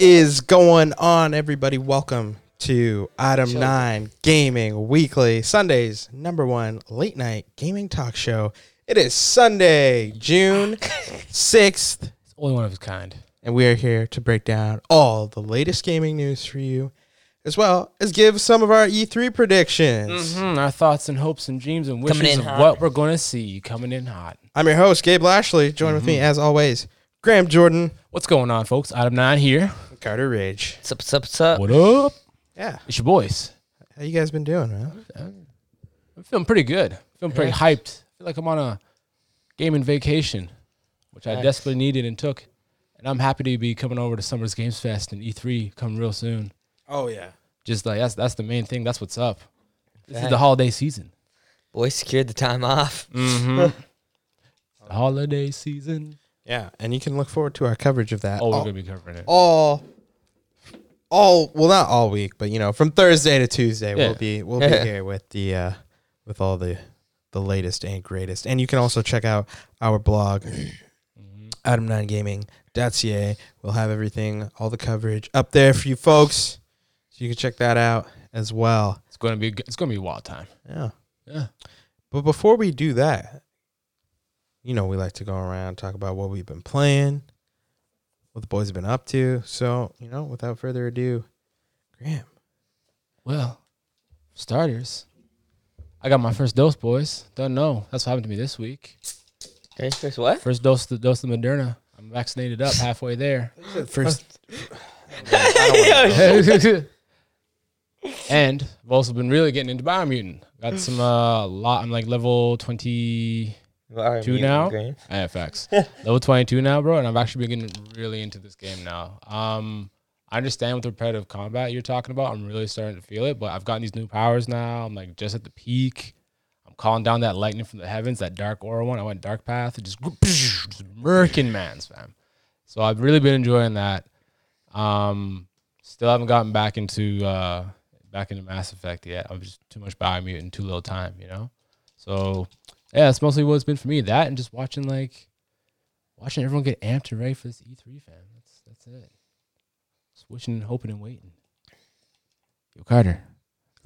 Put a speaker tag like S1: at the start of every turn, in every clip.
S1: is going on, everybody? Welcome to Item Nine Gaming Weekly, Sunday's number one late night gaming talk show. It is Sunday, June sixth,
S2: Only one of his kind.
S1: and we are here to break down all the latest gaming news for you, as well as give some of our E3 predictions.
S2: Hmm, Our thoughts and hopes and dreams and
S3: Coming
S2: wishes
S3: in
S2: of
S3: hot.
S2: what we're going to see coming in hot.
S1: I'm your host, Gabe Lashley. Join with me as always, Graham Jordan,
S2: What's going on, folks? Item nine here.
S1: and Carter Rage.
S3: Sup, sup, sup.
S2: Uh, What up?
S1: Yeah,
S2: It's your boys.
S1: how you guys been doing, man?
S2: I'm feeling pretty good. Feeling pretty
S3: Nice.
S2: hyped. I feel like I'm on a gaming vacation, which I
S3: Nice.
S2: desperately needed and took. And I'm happy to be coming over to Summer's Games Fest and E3 come real soon.
S1: Oh yeah.
S2: Just like that's that's the main thing. That's what's up. This is the
S3: Facts.
S2: holiday season.
S3: Boy secured the time off.
S2: Mm. The holiday season.
S1: Yeah, and you can look forward to our coverage of that
S2: Oh, we're
S1: all,
S2: gonna be covering it.
S1: all all well not all week, but you know, from Thursday to Tuesday
S2: Yeah.
S1: we'll be we'll be here with the uh with all the the latest and greatest. And you can also check out our blog
S2: Mm-hmm.
S1: adam9gaming.ca. We'll have everything, all the coverage up there for you folks. So you can check that out as well.
S2: It's gonna be a g- it's gonna be a wild time.
S1: Yeah.
S2: Yeah.
S1: But before we do that, you know, we like to go around talk about what we've been playing, what the boys have been up to. So, you know, without further ado, Graham.
S2: Well, for starters, I got my first dose, boys. Don't know. That's what happened to me this week.
S3: Very first what?
S2: First dose, the dose of Moderna. I'm vaccinated up halfway there.
S1: First,
S2: and I've also been really getting into Biomutant. Got some uh, lot. I'm like level 20. Two now. Yeah, facts. level 22 now, bro. And I've actually been getting really into this game now. Um, I understand with the repetitive combat you're talking about. I'm really starting to feel it, but I've gotten these new powers now. I'm like just at the peak. I'm calling down that lightning from the heavens, that dark aura one. I went dark path. It just, just murking mans, fam. So I've really been enjoying that. Um, still haven't gotten back into uh, back into Mass Effect yet. I'm just too much Biomutant, too little time, you know. So yeah, that's mostly what it's been for me. That and just watching like watching everyone get amped and ready for this E3 fan. That's that's it. Just wishing and hoping and waiting. Yo, Carter,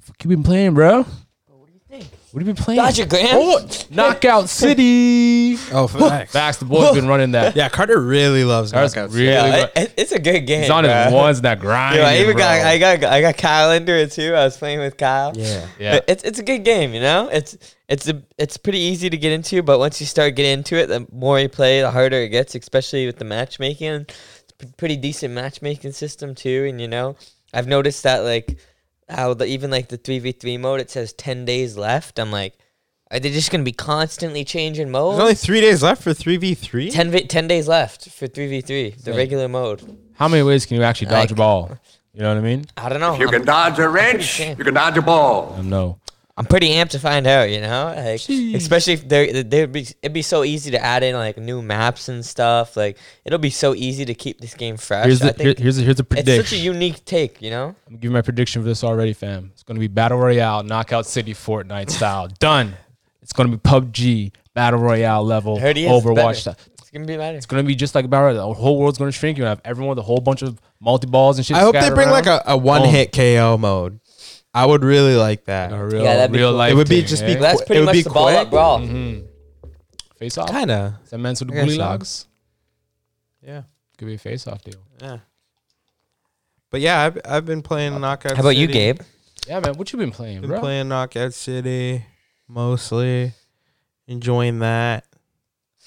S2: fuck you been playing, bro? What do you think? What have you been playing?
S3: Dodger Graham.
S2: Oh. Knockout City.
S1: oh, facts.
S2: Facts. The boys been running that.
S1: yeah, Carter really loves
S2: That's
S1: knockouts.
S2: really.
S3: Yeah,
S2: good.
S3: it- it- it's a good game.
S2: He's on
S3: bro.
S2: his ones that grind.
S3: Yo, I even
S2: bro.
S3: got I got I got Kyle into it too. I was playing with Kyle.
S1: yeah.
S2: yeah.
S3: But It's it's a good game, you know. It's it's a, it's pretty easy to get into, but once you start getting into it, the more you play, the harder it gets. Especially with the matchmaking, it's p- pretty decent matchmaking system too. And you know, I've noticed that like how the, even like the three v three mode, it says ten days left. I'm like, are they just gonna be constantly changing
S1: There's
S3: modes?
S1: only three days left for 3v3.
S3: 10, vi- 10 days left for 3v3, the
S2: Same.
S3: regular mode.
S2: How many ways can you actually dodge a
S3: Like-
S2: ball? You know what I mean?
S3: I don't know.
S4: You
S3: I'm,
S4: can dodge a wrench,
S3: ashamed.
S4: you can dodge a
S2: I
S4: ball.
S2: don't know.
S3: I'm pretty amped to find out, you know? Like,
S2: Jeez.
S3: especially if there, there'd be, it'd be so easy to add in like new maps and stuff. Like, it'll be so easy to keep this game fresh.
S2: Here's
S3: I
S2: the here,
S3: think
S2: here's the, here's the
S3: it's
S2: prediction.
S3: such a unique take, you know?
S2: I'm giving my prediction for this already, fam. It's gonna be battle royale, knockout city, Fortnite style. Done. It's gonna be PUBG battle royale level,
S3: I heard he is better.
S2: Overwatch style.
S3: It's gonna be better.
S2: It's gonna be just like battle royale. The whole world's gonna shrink. You're gonna have everyone with a whole bunch of multi balls and shit.
S1: I hope they
S2: scattered
S1: bring like
S2: around.
S1: a, a one
S3: Oh.
S1: hit KO mode. I would really like that.
S2: a real,
S3: Yeah, that'd be
S2: real
S3: cool.
S2: life.
S1: It would be
S2: thing,
S1: just be
S2: eh?
S1: Well,
S3: That's
S1: it
S3: pretty
S1: would be
S3: much the ball
S1: quick.
S3: up brawl.
S2: Mm-hmm. face off. Is
S1: Kind of.
S2: that man's with the
S1: I guess
S2: bully
S1: so.
S2: logs?
S1: Yeah.
S2: Could be a face off deal.
S1: Yeah. But yeah, I've, I've been playing Knockout
S3: Uh, How about you,
S1: City.
S3: Gabe?
S2: Yeah, man. What you been playing,
S1: Been
S2: bro?
S1: playing Knockout City mostly, enjoying that.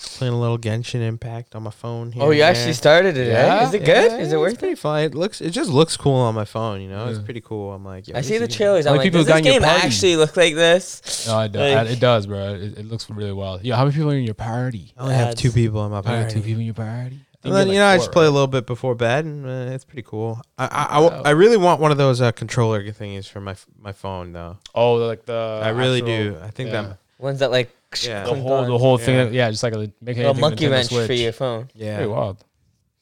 S1: Playing a little Genshin Impact on my phone here.
S3: Oh, you
S1: and
S3: actually
S1: there.
S3: started it, eh?
S2: Yeah,
S3: Is it
S1: Yeah,
S3: good? Is it
S1: it's
S3: worth it?
S1: pretty fun. It looks, it just looks cool on my phone. You know, it's
S2: Yeah.
S1: pretty cool. I'm like, yo,
S3: I
S1: this
S3: see the
S1: is-
S3: trailers. I'm
S2: How many
S3: like,
S2: people
S3: does this
S2: got in your
S3: game
S2: party?
S3: actually look like this?
S2: No, Oh, it does.
S3: Like-
S2: it does, bro. It, it looks really well. Yeah, how many people are in your party?
S1: I only have two
S3: ads.
S1: people on my
S2: I got
S1: party.
S2: two people in your party.
S1: And then you know, I just play a little bit before bed, and uh, it's pretty cool. I I, I, w-
S2: Oh.
S1: I really want one of those uh, controller thingies for my f- my phone though.
S2: Oh, like the
S1: I really do.
S2: actual-
S1: I think
S2: yeah.
S1: that
S3: Ones that like
S1: Yeah.
S2: the
S3: clunk
S2: whole
S3: on.
S2: the whole thing.
S1: Yeah.
S2: that- Yeah, just like a make
S3: little
S2: anything
S3: monkey
S2: Nintendo
S3: wrench
S2: Switch.
S3: for your phone.
S1: yeah.
S2: Pretty wild.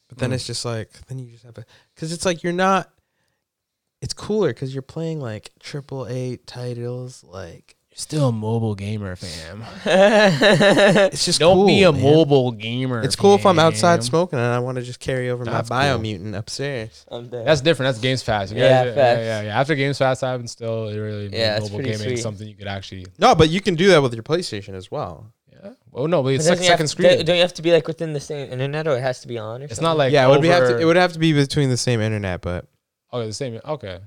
S1: But
S2: Mm.
S1: then it's just like then you just have a because it's like you're not. It's cooler because you're playing like triple A titles, like
S2: still a mobile gamer, fam.
S1: It's just
S2: Don't
S1: cool,
S2: be a
S1: man.
S2: mobile gamer.
S1: It's cool if I'm outside
S2: fam.
S1: smoking and I want to just carry over
S2: That's cool.
S1: my biomutant upstairs.
S3: I'm dead.
S2: That's different. That's Games Fast. You
S3: Yeah,
S2: guys-
S3: facts.
S2: yeah, yeah. After Games Fast happened, still it really
S3: Yeah, it's
S2: mobile
S3: pretty
S2: gaming
S3: sweet.
S2: is something you could actually.
S1: No, but you can do that with your PlayStation as well.
S2: Yeah. Oh no, but
S3: But
S2: it's
S3: doesn't
S2: like
S3: you have
S2: second
S3: to-
S2: screen.
S3: Don't you have to be like within the same internet, or it has to be on? Or
S2: It's
S3: something?
S2: not like
S1: yeah, it would be have to.
S2: over-
S1: It would have to be between the same internet, but
S2: Okay, the same. Okay,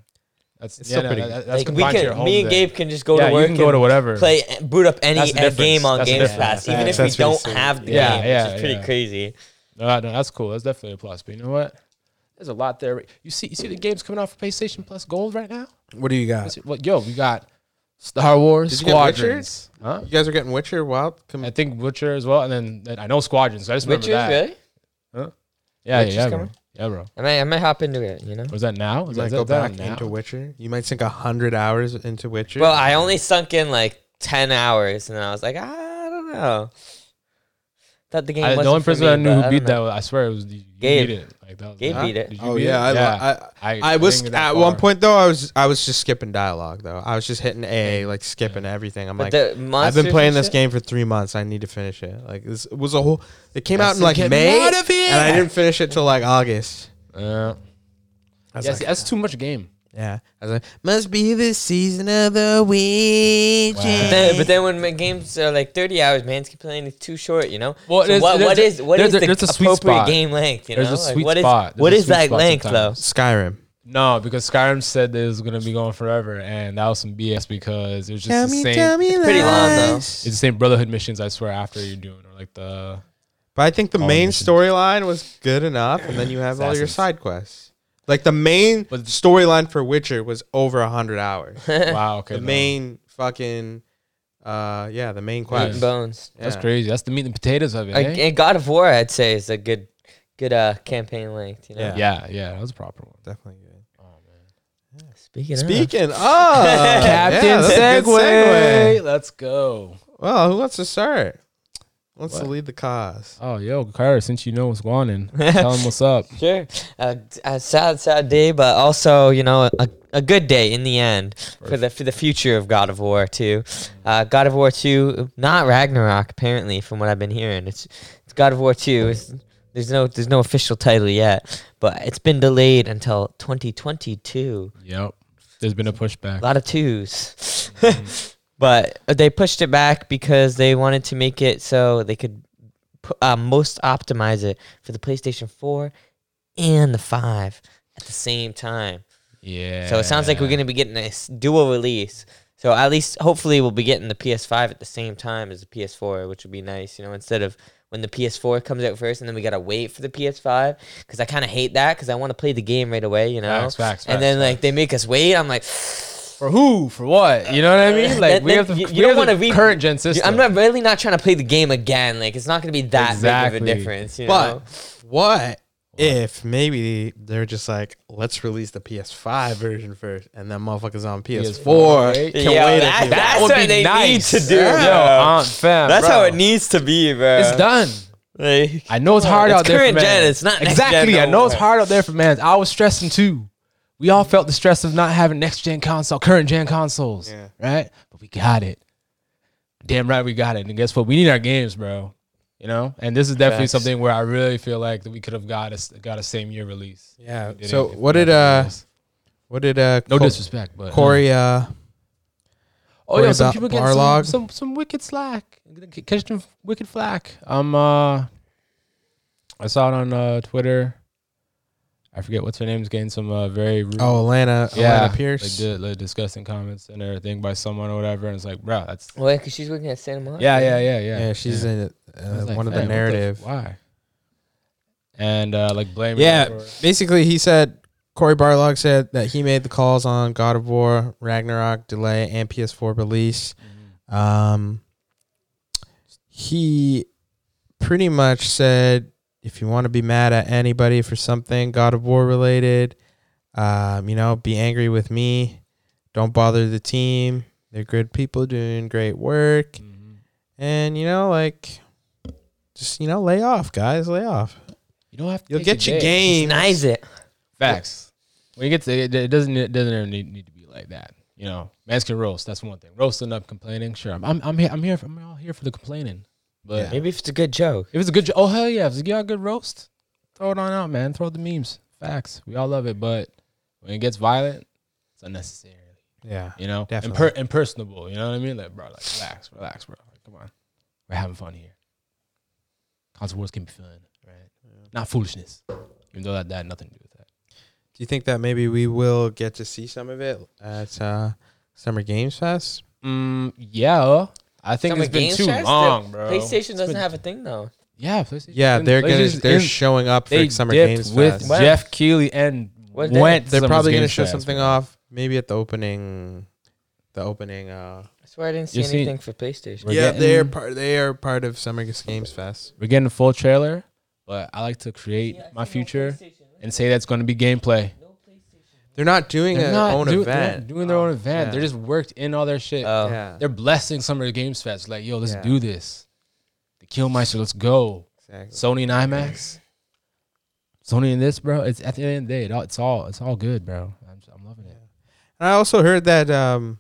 S2: that's
S1: It's
S2: yeah,
S1: still
S2: no,
S1: pretty-
S2: that- that's
S3: like we
S2: confined to your
S3: can.
S2: home
S3: Me
S2: then.
S3: and Gabe can just go
S2: yeah,
S3: to work.
S2: you can go
S3: and
S2: to whatever.
S3: play uh, boot up any
S2: That's the
S3: a game
S2: difference.
S3: on
S2: That's the
S3: Games
S2: difference.
S3: Pass, even
S1: That's-
S3: if we
S1: that's really
S3: don't
S1: sweet.
S3: have the
S2: Yeah,
S3: game,
S2: yeah,
S3: which is pretty
S2: yeah.
S3: crazy.
S2: No, no, that's cool. That's definitely a plus. But you know what? There's a lot there. You see, you see the games coming out for PlayStation Plus Gold right now.
S1: what do you got?
S2: That's- Well, yo, we got Star Wars
S1: Did you get Witcher?
S2: Squadrons. Huh?
S1: You guys are getting Witcher Wild. Com-
S2: I think Witcher as well, and then then I know Squadrons. So I just remember
S3: Witcher's
S2: that.
S3: really?
S2: Yeah,
S3: Witcher's
S2: yeah, yeah, bro.
S3: coming?
S2: yeah, bro.
S3: I might, I might hop into it. You know.
S2: Was that now? Was
S1: you might
S2: that,
S1: go
S2: is that
S1: back
S2: now?
S1: into Witcher. You might sink a hundred hours into Witcher.
S3: Well, I only sunk in like ten hours, and then I was like, "Ah, I don't know. Thought the game.
S2: I,
S3: wasn't
S2: the only
S3: for
S2: person
S3: me,
S2: I knew who
S3: but I
S2: beat
S3: don't
S2: that
S3: know.
S2: was I swear it was you
S3: Gabe.
S2: beat it. Like that was
S3: Gabe
S2: Huh?
S3: beat it.
S2: Did you
S1: oh
S2: beat
S1: yeah, I,
S2: it?
S1: lo-
S2: I,
S1: I, I was
S2: didn't get
S1: at
S2: that
S1: one
S2: far.
S1: point though. I was I was just skipping dialogue though. I was just hitting A, like skipping everything. I'm
S3: But
S1: like,
S3: the
S1: I've
S3: monsters
S1: been
S3: and
S1: playing this
S3: shit?
S1: game for three months. I need to finish it. Like this was a whole. It came out in
S2: Justin,
S1: like
S2: get
S1: May,
S2: me out of here!
S1: and I didn't finish it till like August.
S2: Yeah.
S1: I was
S2: Yeah,
S1: like,
S2: see, that's too much game.
S1: yeah. I was like, must be the season of the witch.
S2: Wow.
S3: But then, but then when my games are like 30 hours, man, it's complaining it's too short, you know?
S2: Well,
S3: So
S2: there's-
S3: what, what
S2: there's-
S3: is what
S2: there's
S3: is
S2: a-
S3: the
S2: there's a sweet
S3: appropriate
S2: spot.
S3: game length, you
S2: There's a
S3: know?
S2: sweet
S3: what is,
S2: spot. There's
S3: what
S2: a
S3: is
S2: sweet
S3: that
S2: spot
S3: length,
S2: sometimes.
S1: Skyrim.
S2: No, because Skyrim said that it was gonna be going forever, and that was some BS because it was just the same.
S1: it's
S3: pretty long, though.
S2: It's the same Brotherhood missions. I swear after you're doing or like the
S1: But I think the
S2: All
S1: main
S2: missions.
S1: storyline was good enough, and then you have all your
S2: Assassins.
S1: side quests. Like the main
S2: But-
S1: storyline for Witcher was over hundred hours.
S3: though?
S2: wow. Okay,
S1: the
S2: no.
S1: main fucking, uh, yeah, the main
S3: Meat and
S1: quest.
S3: bones.
S2: That's
S1: Yeah.
S2: crazy. That's the meat and potatoes of it.
S3: Like,
S2: eh?
S3: and God of War, I'd say, is a good good uh, campaign length, you know?
S1: Yeah.
S2: Yeah, yeah, that was a proper one.
S1: Definitely good.
S3: Speaking of.
S1: Speaking of Uh, yeah, that's a good segue.
S2: let's go.
S1: Well, who wants to start? Who Wants to
S2: What?
S1: lead the cause.
S2: Oh, yo, Kyra, since you know what's going on, tell him what's up.
S3: Sure. A, a sad, sad day, but also, you know, a, a good day in the end for the for the future of God of War 2. Uh, God of War 2, not Ragnarok, apparently, from what I've been hearing. It's, it's God of War 2. It's, there's no there's no official title yet, but it's been delayed until 2022.
S2: Yep, there's been a
S3: A
S2: pushback.
S3: lot of twos. but they pushed it back because they wanted to make it so they could pu- uh, most optimize it for the PlayStation 4 and the 5 at the same time.
S2: Yeah.
S3: So it sounds like we're going to be getting a s- dual release. So at least hopefully we'll be getting the PS5 at the same time as the PS4, which would be nice, you know, instead of when the PS4 comes out first and then we got to wait for the PS5 cuz I kind of hate that cuz I want to play the game right away, you know.
S2: Facts, facts,
S3: and
S2: facts,
S3: then like they make us wait. I'm like
S2: for who, for what? You know what I mean? Like
S3: Then-
S2: we
S3: then
S2: have the,
S3: you-
S2: we
S3: you don't
S2: have the
S3: wanna be-
S2: current gen system.
S3: I'm not really not trying to play the game again. Like it's not going to be that big
S2: Exactly.
S3: of a difference. You know?
S1: But what if maybe they're just like, let's release the PS5 version first, and then motherfuckers on PS4
S2: right?
S1: can
S3: Yo,
S1: wait.
S3: that-
S1: a few
S3: that-
S1: months.
S3: That's what they need to do,
S2: Yo,
S3: bro.
S2: Aunt Fam,
S3: that's
S2: bro.
S3: how it needs to be, bro.
S2: It's done.
S3: Like,
S2: I know it's hard
S3: It's
S2: out there.
S3: current
S2: for
S3: gen,
S2: man.
S3: it's not next gen
S2: exactly. I
S3: no
S2: know it's
S3: more.
S2: hard out there for man. I was stressing too. We all felt the stress of not having next gen console, current gen consoles,
S1: Yeah.
S2: right? But we got it. Damn right, we got it. And guess what? We need our games, bro. You know, and this is definitely
S3: Facts.
S2: something where I really feel like that we could have got a got a same year release.
S1: Yeah.
S2: We didn't
S1: So
S2: if we
S1: what
S2: had
S1: did uh,
S2: released.
S1: what did uh,
S2: No
S1: Cor-
S2: disrespect, but
S1: Corey uh,
S2: Oh yeah,
S1: Worry
S2: some
S1: about
S2: people get some,
S1: Barlog.
S2: some some wicked slack. C- Catch them wicked flack. Um, uh, I saw it on uh, Twitter. I forget what's her name's getting some uh, very rude,
S1: oh Alana,
S2: yeah,
S1: Alana Pierce.
S2: like, di- like disgusting comments and everything by someone or whatever, and it's like, bro, that's
S3: Well, because she's working at Santa Monica.
S2: yeah, yeah, yeah, yeah.
S1: yeah, she's
S2: yeah.
S1: in
S2: I
S1: uh,
S2: was like,
S1: one of
S2: "Hey,
S1: the
S2: what
S1: narrative.
S2: why? And uh, like blaming.
S1: Yeah,
S2: her for-
S1: basically he said Corey Barlog said that he made the calls on God of War, Ragnarok delay, and PS4 release. Um, he pretty much said if you want to be mad at anybody for something God of War related, um, you know, be angry with me. Don't bother the team. They're good people doing great work,
S2: Mhm.
S1: and you know, like, just you know, lay off, guys, lay off.
S2: You don't have to.
S1: You'll
S2: take
S1: get your
S2: day.
S1: game.
S3: denies it.
S2: Facts. When you get to it, it doesn't it doesn't ever need, need to be like that. You know, Mans can roast. That's one thing. Roasting up, complaining. Sure, I'm I'm, I'm here. I'm here. For, I'm all here for the complaining. But
S3: Maybe if it's a good joke.
S2: if it's a good, jo- oh hell yeah, if it's, you got a good roast, throw it on out, man. Throw the memes. Facts. We all love it, but when it gets violent, it's unnecessary.
S1: Yeah.
S2: You know,
S1: Definitely.
S2: Imper- impersonable. You know what I mean? Like, bro, like relax, relax, bro. Like, come on, we're having fun here. Concert wars can be fun, right? Not foolishness. Even though that, that had nothing to do with that.
S1: Do you think that maybe we will get to see some of it at uh, Summer Games Fest?
S2: Mm, yeah, I think
S3: Summer
S2: it's been
S3: Games
S2: too
S3: Fest? The
S2: long, bro.
S3: PlayStation doesn't
S2: been-
S3: have a thing though.
S2: Yeah, PlayStation.
S1: Yeah, they're gonna
S2: PlayStation's
S1: they're
S2: in-
S1: showing up for
S2: they
S1: Summer
S2: dipped
S1: Games
S2: with
S1: Fest.
S3: What?
S2: Jeff Keeley and
S3: What day?
S2: went. to
S1: They're
S2: Summer
S1: probably gonna
S2: Games
S1: show
S2: Fest,
S1: something
S2: bro.
S1: off maybe at the opening, the opening. Uh,
S3: I swear I didn't see
S2: You see-
S3: anything for PlayStation.
S2: We're
S1: yeah,
S2: getting-
S1: they're part. They are part of Summer Games Fest.
S2: We're getting a full trailer, but I like to create my future and say that's going to be gameplay.
S1: They're not doing
S2: They're
S1: their
S2: not
S1: own
S2: do- they're not
S1: event. Oh,
S2: doing their own event.
S1: yeah.
S2: They're just worked in all their shit.
S3: Oh.
S1: yeah,
S2: they're blessing Summer Games Fest. Like, yo, let's
S1: Yeah.
S2: do this. The Killmeister, let's go.
S1: exactly.
S2: Sony and IMAX. Sony and this, bro. It's at the end of the day, it all, it's all it's all good, bro. I'm, I'm loving it.
S1: And I also heard that. Um,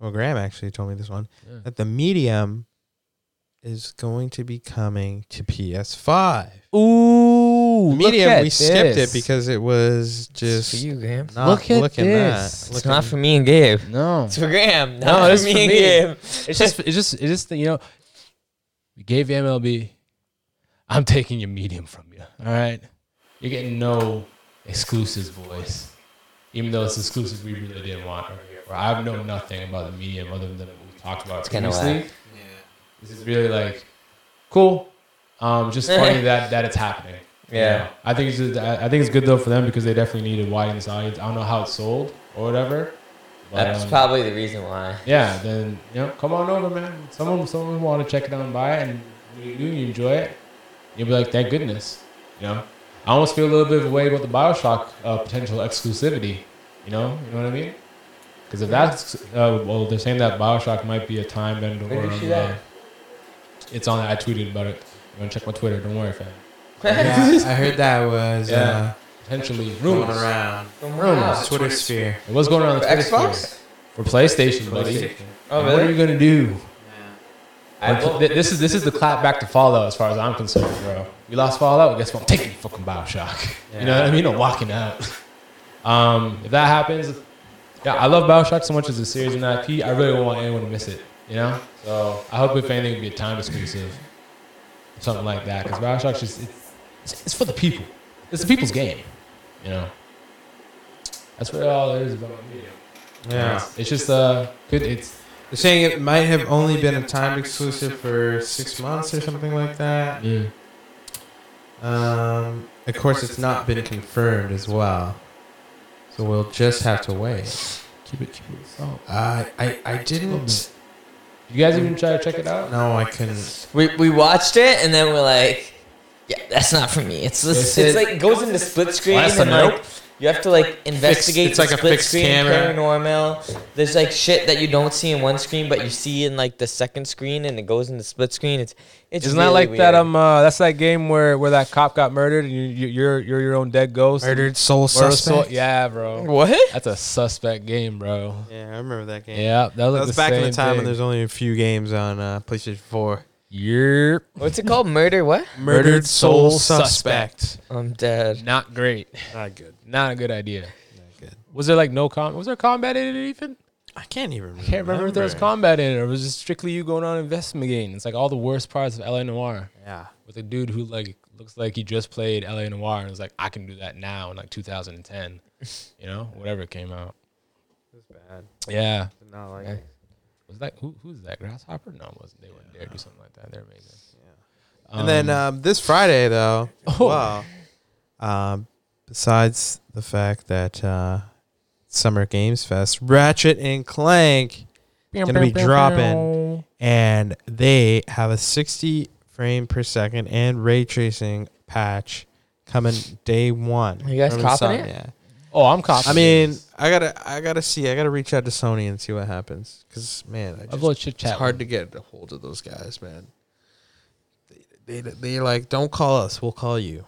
S1: well, Graham actually told me this one
S2: Yeah.
S1: that the Medium is going to be coming to PS5.
S2: Ooh,
S1: The Medium, we skipped it because it was
S3: It's
S1: just
S3: for you, Graham.
S1: not
S2: Look at
S1: looking
S2: this.
S1: that.
S3: It's
S1: Looking-
S3: not for me and Gabe.
S2: no.
S3: It's for Graham.
S2: No,
S3: Not
S2: it's
S3: for
S2: for
S3: me and
S2: me.
S3: Gabe.
S2: It's just it's just it's just the, you know, we gave you MLB. I'm taking your medium from you. All right, you're getting no exclusives, boys. Even though it's exclusive, we really didn't want. Or I've known nothing about the medium other than what we talked about
S3: kinda
S2: previously. This is really like cool. Um, just funny that that it's happening.
S3: Yeah.
S2: I think it's just, I I think it's good though for them because they definitely needed widen this audience. I don't know how it's sold or whatever. but,
S3: That's
S2: um,
S3: probably the reason why.
S2: yeah, then you know, come on over, man. Someone, someone want to check it out and buy it, and when you do, you enjoy it. You'll be like, thank goodness. You know, I almost feel a little bit of a way about the Bioshock uh, potential exclusivity. You know, you know what I mean? Because if that's uh, well, they're saying that Bioshock might be a time bend
S3: Where
S2: or
S3: did you see
S2: uh,
S3: that?
S2: it's on. I tweeted about it. You want to check my Twitter? Don't worry, fam.
S1: Yeah, I heard that was
S2: Yeah.
S1: uh,
S2: Potentially
S1: going
S2: rumors.
S1: around.
S3: From
S1: Rumors,
S3: Wow.
S1: Uh, Twitter sphere.
S2: It was going around on the Twitter sphere.
S3: Xbox?
S2: for PlayStation, buddy.
S3: Oh,
S2: What are
S3: really?
S2: you gonna do?
S3: I
S2: Like,
S3: will.
S2: th- this is this is the clap back to Fallout as far as I'm concerned, bro. We lost Fallout. Guess what? I'm taking fucking Bioshock. You know what I mean? I'm walking out. Um, if that happens, yeah, I love Bioshock so much as a series and IP. I really don't want anyone to miss it. You know, so I hope if anything, it'd be a time exclusive, something like that. Because Bioshock's just it's, it's, it's for the people. It's the people's game. You know, that's what all there is about the medium.
S1: Yeah.
S2: It's just uh, good. It's
S1: They're saying it might have only been a timed exclusive for six months or something like that.
S2: mm,
S1: Um, of course, it's not been confirmed as well. So we'll just have to wait.
S2: keep it keep it. Oh.
S1: Uh, I, I didn't.
S2: You guys even try to check it out?
S1: No, I couldn't.
S3: We, we watched it and then we're like, yeah, that's not for me. It's
S2: It's-
S3: it's, it's like it goes into split screen
S2: Well, that's
S3: and
S2: a
S3: like you have to like investigate.
S1: it's
S3: the
S1: like a
S3: split
S1: fixed
S3: screen,
S1: camera.
S3: Paranormal. There's like shit that you don't see in one screen but you see in like the second screen and it goes into split screen. It's it's
S2: Isn't that
S3: really
S2: like that?
S3: weird.
S2: Um, uh, that's that game where where that cop got murdered and you, you you're you're your own dead ghost.
S1: Murdered Soul
S2: Murder
S1: Suspect.
S2: so- yeah, bro.
S3: what?
S2: That's a suspect game, bro.
S1: yeah, I remember that game.
S2: Yeah, that was,
S1: That was back in the time when
S2: Thing.
S1: there's only a few games on uh, PlayStation 4.
S2: Yerp.
S3: What's it called? Murder? What?
S2: Murdered Soul Suspect.
S3: I'm dead.
S2: Not great.
S1: Not good.
S2: Not a good idea.
S1: good.
S2: Was there like no com? Was there combat in it even?
S1: I can't even remember.
S2: I can't remember if there was combat in it or was it strictly you going on investigating. It's like all the worst parts of LA Noir.
S1: Yeah.
S2: with a dude who like looks like he just played LA Noir and was like, I can do that now in like 2010, you know, whatever came out.
S1: It was bad.
S2: Yeah,
S1: Did Not like
S3: Yeah.
S1: it.
S2: was that who who's that Grasshopper? No, it wasn't. They wouldn't dare do something like that. They're amazing.
S1: And then um, this Friday, though,
S2: Oh.
S1: wow. Um, besides the fact that uh, Summer Games Fest, Ratchet and Clank, gonna be dropping. and they have a 60 frame per second and ray tracing patch coming day one.
S3: Are you guys
S1: from
S3: copping
S1: Insomniac.
S3: it?
S2: Oh, I'm copying.
S1: I mean, I gotta, I gotta see. I gotta reach out to Sony and see what happens. Cause man, I
S2: I've
S1: just,
S2: chit
S1: it's
S2: chat.
S1: hard to get a hold of those guys, man. They, they, they like don't call us, we'll call you.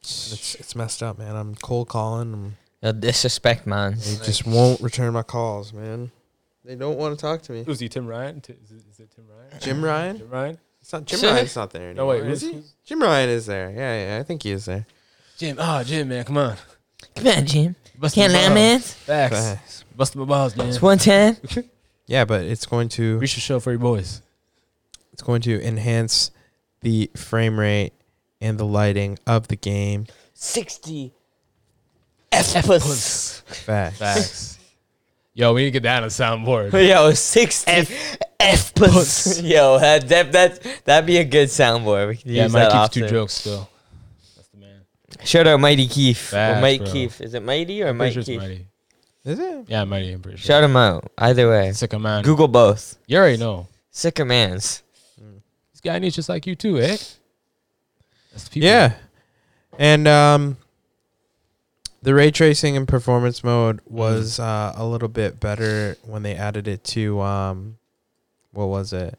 S1: It's it's messed up, man. I'm cold calling. I'm
S3: They'll disrespect
S1: They
S3: mines.
S1: just won't return my calls, man. They don't want to talk to me.
S2: Who's he? Tim Ryan? T- Is it, is it Tim Ryan?
S1: Jim Ryan?
S2: Tim Ryan?
S1: It's not Jim Ryan's not there anymore.
S2: No, wait.
S1: is
S2: Who's,
S1: he?
S2: who's-
S1: Jim Ryan is there. Yeah, yeah, I think he is there.
S2: Jim. Oh, Jim, man. Come on.
S3: Come on, Jim.
S2: Bust
S3: Can't
S2: my
S3: land
S2: balls.
S3: man.
S2: Facts.
S1: Facts.
S2: Bust my balls, man.
S3: It's one time.
S1: Yeah, but it's going to
S2: Reach the show for your boys.
S1: it's going to enhance the frame rate and the lighting of the game.
S3: 60 F plus.
S1: Facts.
S2: Facts. Yo, we need to get that on the soundboard.
S3: Yo, 60 F, plus. Yo, that, that, that, that'd be a good soundboard. We can
S2: yeah,
S3: use
S2: Mike
S3: that
S2: keeps two
S3: often.
S2: jokes still. That's the man.
S3: Shout out Mighty Keef.
S2: Facts,
S3: or Mike
S2: bro.
S3: Keef. Is it Mighty or
S2: I'm pretty
S3: Mike
S2: sure it's
S3: Keef?
S2: Mighty.
S1: Is it?
S2: Yeah, Mighty. I'm pretty sure.
S3: Shout him out. Either way.
S2: Sick of man.
S3: Google both.
S2: You already know.
S3: Sicker mans.
S2: This guy needs just like you too, eh? That's the people.
S1: Yeah. And um the ray tracing and performance mode
S2: Mm.
S1: was uh, a little bit better when they added it to um what was it?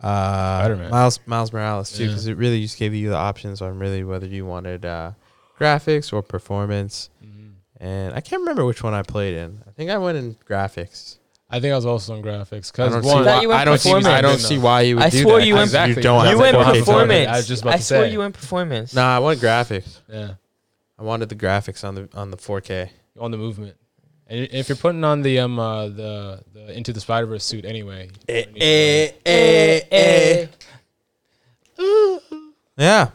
S1: Uh
S2: Spider-Man.
S1: Miles Miles Morales too
S2: Yeah.
S1: cuz it really just gave you the options on really whether you wanted uh graphics or performance.
S2: Mhm.
S1: And I can't remember which one I played in. I think I went in graphics.
S2: I think I was also on graphics
S1: I
S2: because
S1: don't,
S2: one,
S1: see
S3: Thought
S1: why,
S3: you went
S1: I don't see
S3: performance.
S1: I don't see why you would
S3: I
S1: do
S3: swore
S1: that.
S3: you went-
S1: 'cause
S2: Exactly.
S1: don't
S2: You
S1: have
S3: You
S1: the
S3: went
S2: performance.
S3: performance.
S2: I was just about
S3: I
S2: to
S3: swore
S2: say.
S3: you went performance.
S1: No, I went graphics.
S2: yeah,
S1: I wanted the graphics on the on the 4K.
S2: on the movement. And if you're putting on the um uh, the the into the Spider Verse suit anyway,
S1: Eh,
S2: you don't need to wear it.
S3: Eh,
S1: Yeah.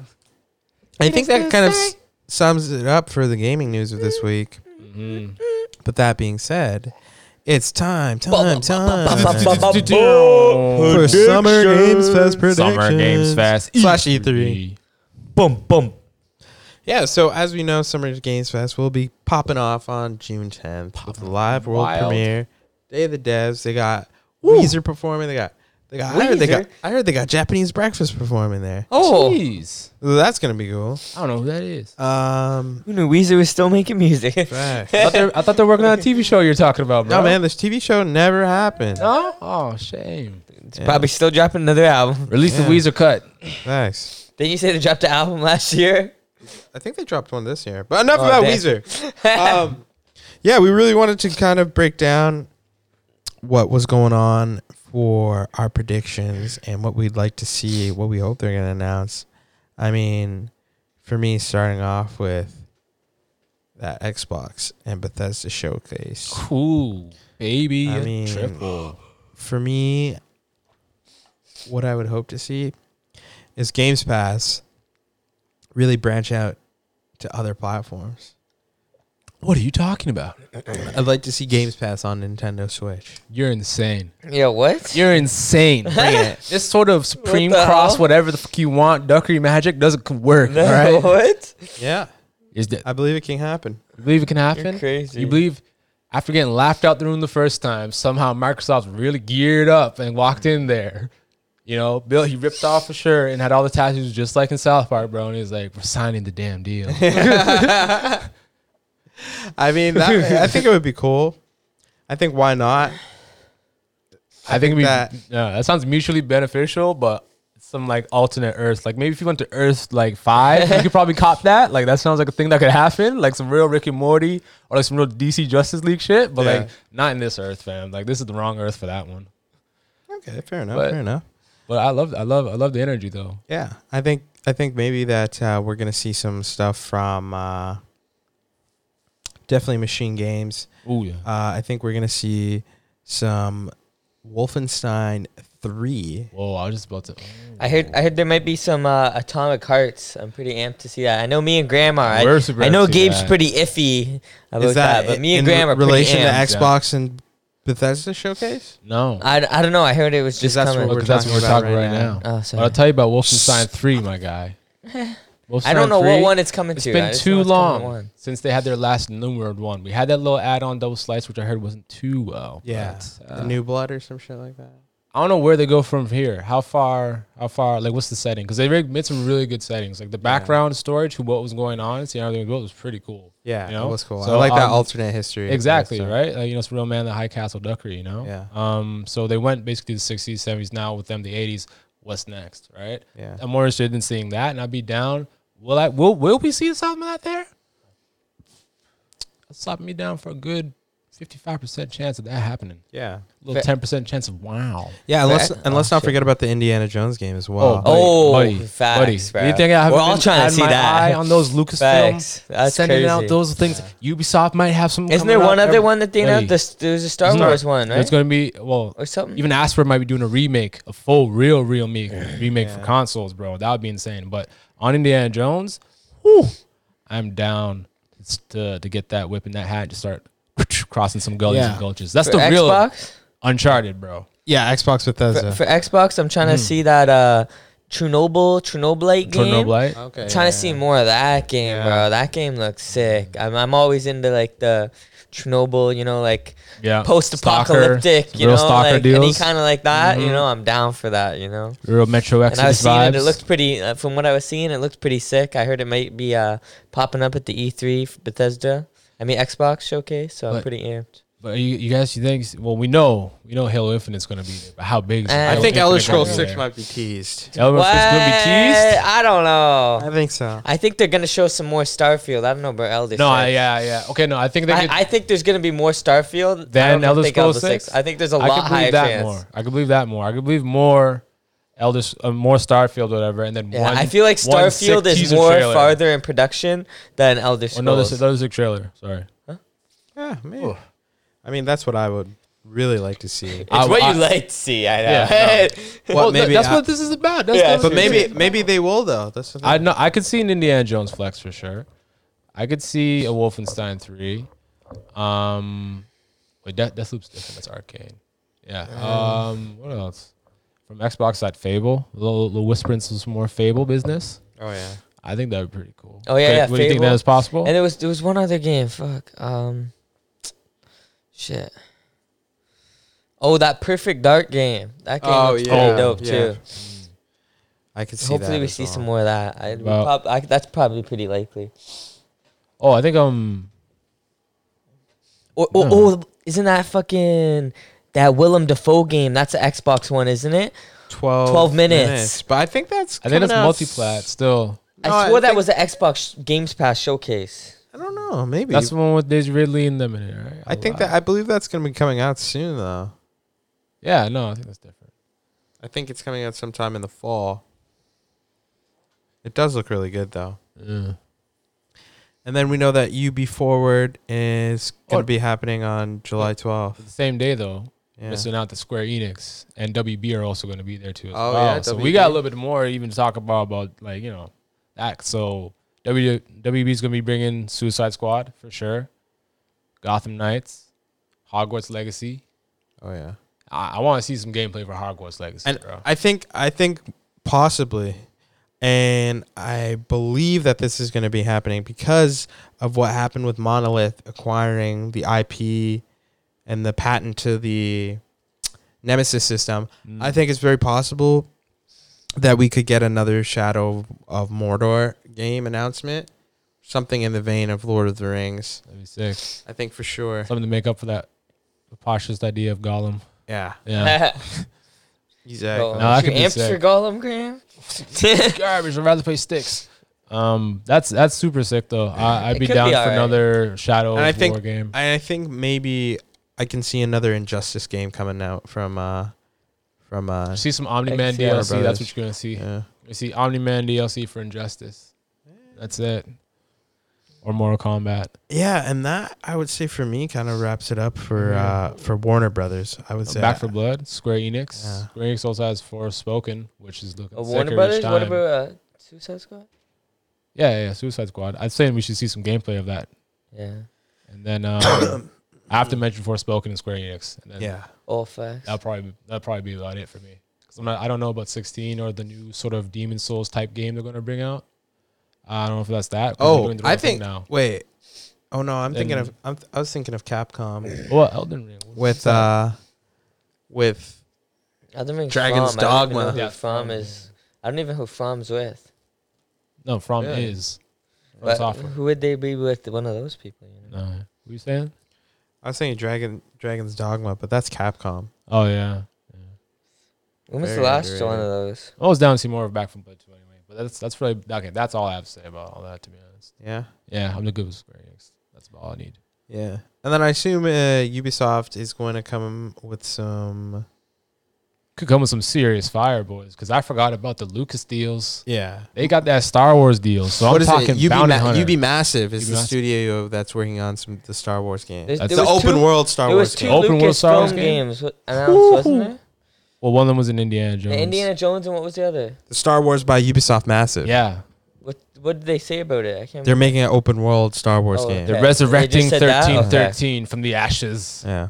S1: I think that kind of s- sums it up for the gaming news of this week.
S2: Mhm.
S1: Mm-hmm. But that being said, it's time, time, time for
S2: Predictions.
S1: Summer Games Fest predictions.
S2: E
S1: slash E3.
S2: E3.
S3: Boom, boom.
S1: Yeah, so as we know, Summer Games Fest will be popping off on June 10th with a live world
S2: Wild.
S1: premiere. Day of the Devs. They got Weezer performing. They got they got I heard they got
S3: Weezer?
S1: I heard they got Japanese breakfast performing there.
S3: Oh.
S2: Jeez.
S1: So that's gonna be cool.
S2: I don't know who that is.
S1: Um,
S3: Who knew Weezer was still making music?
S1: facts.
S2: I thought, they're, I thought they're working on a TV show you're talking about, bro.
S1: no man, this TV show never happened.
S2: No? Oh, shame.
S3: It's
S1: Yeah.
S3: probably still dropping another album.
S2: Release
S1: Yeah.
S2: the Weezer cut.
S1: Thanks.
S3: Didn't you say they dropped the album last year?
S1: I think they dropped one this year. But enough
S3: Oh,
S1: about
S3: dang.
S1: Weezer. um, yeah, we really wanted to kind of break down what was going on for our predictions and what we'd like to see, what we hope they're going to announce. I mean, for me, starting off with that Xbox and Bethesda showcase.
S2: Ooh, baby.
S1: I
S2: a
S1: mean-
S2: triple.
S1: for me, what I would hope to see is Games Pass really branch out to other platforms.
S2: What are you talking about?
S1: I'd like to see Games Pass on Nintendo Switch.
S2: You're insane.
S3: Yeah, what?
S2: You're insane. Bring it. This sort of supreme
S3: the
S2: cross,
S3: hell?
S2: whatever the fuck you want, duckery magic doesn't c- work.
S3: No,
S2: All right.
S3: what?
S1: Yeah,
S2: Is that,
S1: I believe it can happen.
S2: you believe it can happen?
S3: crazy.
S2: You believe after getting laughed out the room the first time, somehow Microsoft's really geared up and walked in there. You know, Bill, he ripped off a shirt and had all the tattoos just like in South Park, bro. And he's like, we're signing the damn deal.
S1: I mean, that, I think it would be cool. I think why not?
S2: I think we
S1: that-
S2: that, that sounds mutually beneficial, but some like alternate Earth. Like maybe if you went to Earth like five, you could probably cop that. Like that sounds like a thing that could happen. Like some real Rick and Morty or like some real DC Justice League shit. But
S1: Yeah.
S2: like not in this Earth, fam. Like this is the wrong Earth for that one.
S1: Okay, fair enough.
S2: But-
S1: fair enough.
S2: But I love, I love, I love the energy though.
S1: Yeah, I think I think maybe that uh, we're gonna see some stuff from uh, definitely Machine Games.
S2: Ooh yeah.
S1: Uh, I think we're gonna see some Wolfenstein Three.
S2: Whoa, I was just about to.
S3: I heard. I heard there might be some uh, Atomic Hearts. I'm pretty amped to see that. I know me and Grandma. I,
S2: We're super
S3: I know
S2: amped to see
S3: Gabe's
S2: that.
S3: pretty iffy about that, but me and
S1: in
S3: Graham are
S1: relation
S3: pretty
S1: to
S3: amped.
S2: amped, yeah.
S1: Xbox and Bethesda showcase?
S2: No,
S3: I, I don't know. I heard it was just
S1: that's what
S3: coming.
S1: we're
S2: because that's what we're
S1: talking
S2: talking
S1: about
S2: right
S1: right
S2: now.
S3: oh,
S2: But I'll
S3: sorry.
S2: tell you about Wolfenstein Three, my guy.
S3: I don't
S2: Wolfenstein
S3: know
S2: 3,
S3: what one it's coming
S2: It's
S3: to. I
S2: been
S3: just know
S2: too
S3: it's coming
S2: long
S3: to one.
S2: since they had their last New World one. We had that little add-on double slice, which I heard wasn't too well.
S1: Yeah.
S2: but,
S1: the
S2: uh,
S1: New Blood or some shit like that.
S2: I don't know where they go from here. How far? How far? Like, what's the setting? Because they re- made some really good settings, like the background storage, who what was going on, see how everything was built was pretty cool.
S1: Yeah,
S2: You know?
S1: that was cool. I
S2: So,
S1: like that
S2: um,
S1: alternate history. and
S2: Exactly
S1: stuff.
S2: right. Like, you know, it's real man, the High Castle Duckery. You know.
S1: Yeah.
S2: Um. So they went basically the '60s, '70s. Now with them, the '80s. What's next? Right.
S1: Yeah,
S2: I'm more interested in seeing that, and I'd be down. Will I? Will Will we see some of that there? slapping me down for a good 55% chance of that happening.
S1: Yeah.
S2: A little 10% chance of wow.
S1: Yeah, unless,
S3: Fair.
S1: and let's
S3: Oh,
S1: not
S3: shit.
S1: forget about the Indiana Jones game as well.
S2: buddy,
S3: Oh,
S2: buddy,
S3: facts,
S2: buddy.
S3: bro.
S2: You think I have
S3: We're all trying to see
S2: my
S3: that.
S2: eye on those Lucasfilm
S3: Facts. That's
S2: sending
S3: crazy.
S2: out those things? Ubisoft might have some.
S3: Isn't
S2: coming
S3: there
S2: out
S3: one other
S2: every-
S3: one that they
S2: Buddy.
S3: announced? There's- There's a Star
S2: There's
S3: Wars
S2: not.
S3: one,
S2: It's
S3: right?
S2: going to be well.
S3: Or something.
S2: Even Asper might be doing a remake, a full real real me- remake for consoles, bro. That would be insane. But on Indiana Jones, whew, I'm down s- to to get that whip in that hat to start crossing some gullies
S1: Yeah.
S2: and gulches. That's
S3: for
S2: the real
S3: Xbox.
S2: Uncharted, bro.
S1: Yeah, Xbox
S3: For,
S1: Bethesda.
S3: for Xbox, I'm trying to
S2: Hmm.
S3: see that uh, Chernobyl, Chernobylite game.
S2: Chernobylite.
S1: okay.
S3: I'm trying to see more of that game,
S1: Yeah.
S3: bro. That game looks sick. I'm, I'm always into like the Chernobyl, you know, like
S2: Yeah.
S3: post-apocalyptic,
S2: Uh, Stalker,
S3: you
S2: real
S3: know,
S2: stalker
S3: like any
S2: deals.
S3: kind of like that. You know, I'm down for that. You know,
S2: real Metro
S3: and I was
S2: Exodus
S3: seeing
S2: vibes.
S3: it. It looked pretty. Uh, from what I was seeing, it looked pretty sick. I heard it might be uh, popping up at the E3 f- Bethesda. I mean Xbox showcase, so I'm
S2: But-
S3: pretty amped.
S2: but you, you guys, you think? Well, we know, we know Halo Infinite's gonna be there. But how big? Is
S3: Eh.
S1: I
S3: Halo
S1: think
S3: Infinite
S1: Elder
S3: gonna
S1: Scrolls
S3: be
S1: Six might be teased.
S2: Elder
S3: What?
S2: Scrolls gonna be teased.
S3: I don't know.
S1: I think so.
S3: I think they're gonna show some more Starfield. I don't know about Elder.
S2: No, I,
S3: Scrolls.
S2: yeah, yeah. Okay, no, I think they
S3: I,
S2: could.
S3: I think there's gonna be more Starfield
S2: Than
S3: I don't
S2: Elder
S3: think
S2: Scrolls
S3: Elder Six.
S2: six?
S3: I think there's a
S2: I
S3: lot
S2: could
S3: higher
S2: believe that
S3: chance.
S2: more. I could believe that more. I could believe more Elder, S- uh, more Starfield, whatever, and then
S3: Yeah,
S2: one.
S3: I feel like
S2: one sick
S3: Starfield is
S2: teaser
S3: more
S2: trailer.
S3: farther in production than Elder
S2: Oh, no, this
S3: Scrolls.
S2: is another sick trailer. Sorry.
S1: Yeah, man. I mean, that's what I would really like to see.
S3: it's
S2: I-
S3: what
S2: I-
S3: you like to see. I know.
S2: Yeah,
S1: What,
S2: Well, th-
S1: maybe
S2: that's
S1: I-
S2: what this is about. That's
S3: Yeah,
S2: the-
S1: but maybe maybe they will though. That's what
S2: I know I could see an Indiana Jones flex for sure. I could see a Wolfenstein three. Um, wait, that Deathloop's different. That's arcane. Yeah. Um, what else? From Xbox, that Fable. A little, little whispering some more Fable business.
S1: oh yeah.
S2: I think that would be pretty cool.
S3: Oh, yeah,
S2: Could-
S3: yeah,
S2: Would you think
S3: Fable.
S2: that is possible?
S3: And it was there was one other game. Fuck. Um, shit. Oh, that Perfect Dark game. That game
S1: Oh,
S3: looks
S1: yeah,
S3: pretty dope
S1: yeah.
S3: too.
S1: I could see.
S3: Hopefully,
S1: that
S3: we
S1: as
S3: see
S1: well.
S3: some more of that. I, we
S2: Well-
S3: prob- I, that's probably pretty likely.
S2: oh, I think um,
S3: Or, or,
S2: No.
S3: oh, isn't that fucking that Willem Dafoe game? That's an Xbox one, isn't it?
S1: 12,
S3: 12 minutes.
S1: But I think that's.
S2: I think
S1: coming
S2: it's
S1: out-
S2: multiplat still.
S1: No,
S3: I swore that
S1: think-
S3: was an Xbox sh- Games Pass showcase.
S1: I don't know. Maybe.
S2: That's the one with Daisy Ridley and them in it, right?
S1: I think that I believe that's going to be coming out soon though.
S2: yeah, no, I think that's different.
S1: I think it's coming out sometime in the fall. It does look really good though.
S2: Yeah.
S1: And then we know that UB Forward is going
S2: Oh.
S1: to be happening on July 12th.
S2: The same day though,
S1: Yeah.
S2: missing out the Square Enix and WB are also going to be there too. As
S1: Oh,
S2: well.
S1: yeah,
S2: so
S1: WB.
S2: we got a little bit more even to talk about about like you know that. So W WB is going to be bringing Suicide Squad for sure, Gotham Knights, Hogwarts Legacy.
S1: Oh yeah.
S2: I, I want to see some gameplay for Hogwarts Legacy,
S1: And
S2: bro.
S1: I think I think possibly and I believe that this is going to be happening because of what happened with Monolith acquiring the IP and the patent to the Nemesis system. I think it's very possible that we could get another Shadow of Mordor game announcement, something in the vein of Lord of the Rings.
S2: That'd be sick.
S1: I think for sure.
S2: Something to make up for that preposterous idea of Gollum.
S1: Yeah,
S2: Yeah.
S1: exactly.
S2: No, that could be
S3: amps
S2: sick.
S3: for Gollum, Graham?
S2: garbage. I'd rather play sticks. Um, that's that's super sick though. I,
S3: It
S2: I'd be
S3: could
S2: down
S3: be
S2: for
S3: alright.
S2: another Shadow
S1: And I
S2: of
S1: think-
S2: War game.
S1: I I think maybe I can see another Injustice game coming out from uh from uh
S2: see some Omni Man
S3: see
S2: DLC.
S3: Warner
S2: That's
S1: Brothers.
S2: what you're gonna see.
S1: yeah.
S2: You see Omni Man DLC for Injustice. That's it. Or Mortal Kombat.
S1: Yeah, and that I would say for me kind of wraps it up for
S2: Yeah.
S1: uh for Warner Brothers. I would say
S2: Back for Blood. Square Enix.
S1: Yeah.
S2: Square Enix also has Forspoken, which is looking.
S3: Uh,
S2: sicker
S3: Warner
S2: each
S3: Brothers? What
S2: time.
S3: about uh, Suicide Squad?
S2: Yeah, yeah, yeah, Suicide Squad. I'd say we should see some gameplay of that,
S3: Yeah.
S2: and then um, I have to mention Forspoken and Square Enix, and then
S1: yeah.
S3: All facts.
S2: That'll probably that'll probably be about it for me. Cause I'm not, I don't know about 16 or the new sort of Demon Souls type game they're gonna bring out. I don't know if that's that. 'cause they're
S1: Oh,
S2: doing their
S1: I
S2: own thing
S1: think
S2: now.
S1: wait. Oh no, I'm thinking
S2: And-
S1: of I'm th- I was thinking of Capcom
S2: Oh, well, Elden Ring What is
S1: with
S2: that?
S1: uh with
S3: Other than
S1: Dragon's
S3: From, I don't even
S1: Dogma.
S3: know who
S2: Yeah,
S3: From
S2: From,
S3: is. I don't even know who From's with.
S2: no from
S1: really?
S2: is from
S3: But
S2: software.
S3: who would they be with? One of those people. You know?
S2: No, what you saying?
S1: I was thinking Dragon Dragon's Dogma, but that's Capcom.
S2: Oh yeah.
S3: When was the
S1: Very
S3: last
S1: underrated.
S3: one of those?
S2: I was down to see more of Back from Blood too anyway. But that's that's really okay. That's all I have to say about all that to be honest.
S1: Yeah.
S2: Yeah, I'm the good with Square Enix. That's about all I need.
S1: Yeah. And then I assume uh, Ubisoft is going to come with some.
S2: Could come with some serious fire, boys, because I forgot about the Lucas deals.
S1: Yeah.
S2: They got that Star Wars deal, so
S1: What
S2: I'm
S1: is
S2: talking
S1: it? UB,
S2: Bounty
S1: Ma-
S2: Hunter.
S1: UB Massive is
S2: UB
S1: the
S2: Massive.
S1: studio that's working on some the Star Wars game. It's
S3: There's-
S2: That's
S1: the
S3: was
S1: open
S3: two-
S1: world Star
S3: There was
S1: Wars
S3: two
S1: game.
S2: games. Open world Star
S3: Lucasfilm
S2: Wars game?
S3: games wa- announced, wasn't
S2: Woo-hoo.
S3: there?
S2: well, one of them was in Indiana Jones.
S3: The Indiana Jones and what was the other?
S1: Star Wars by Ubisoft Massive.
S2: Yeah,
S3: What What did they say about it? I can't.
S1: They're making an open world Star Wars
S3: Oh,
S1: game.
S2: they're
S3: Okay. They
S2: resurrecting
S3: just said that?
S2: thirteen
S3: Okay.
S2: thirteen from the ashes.
S1: Yeah.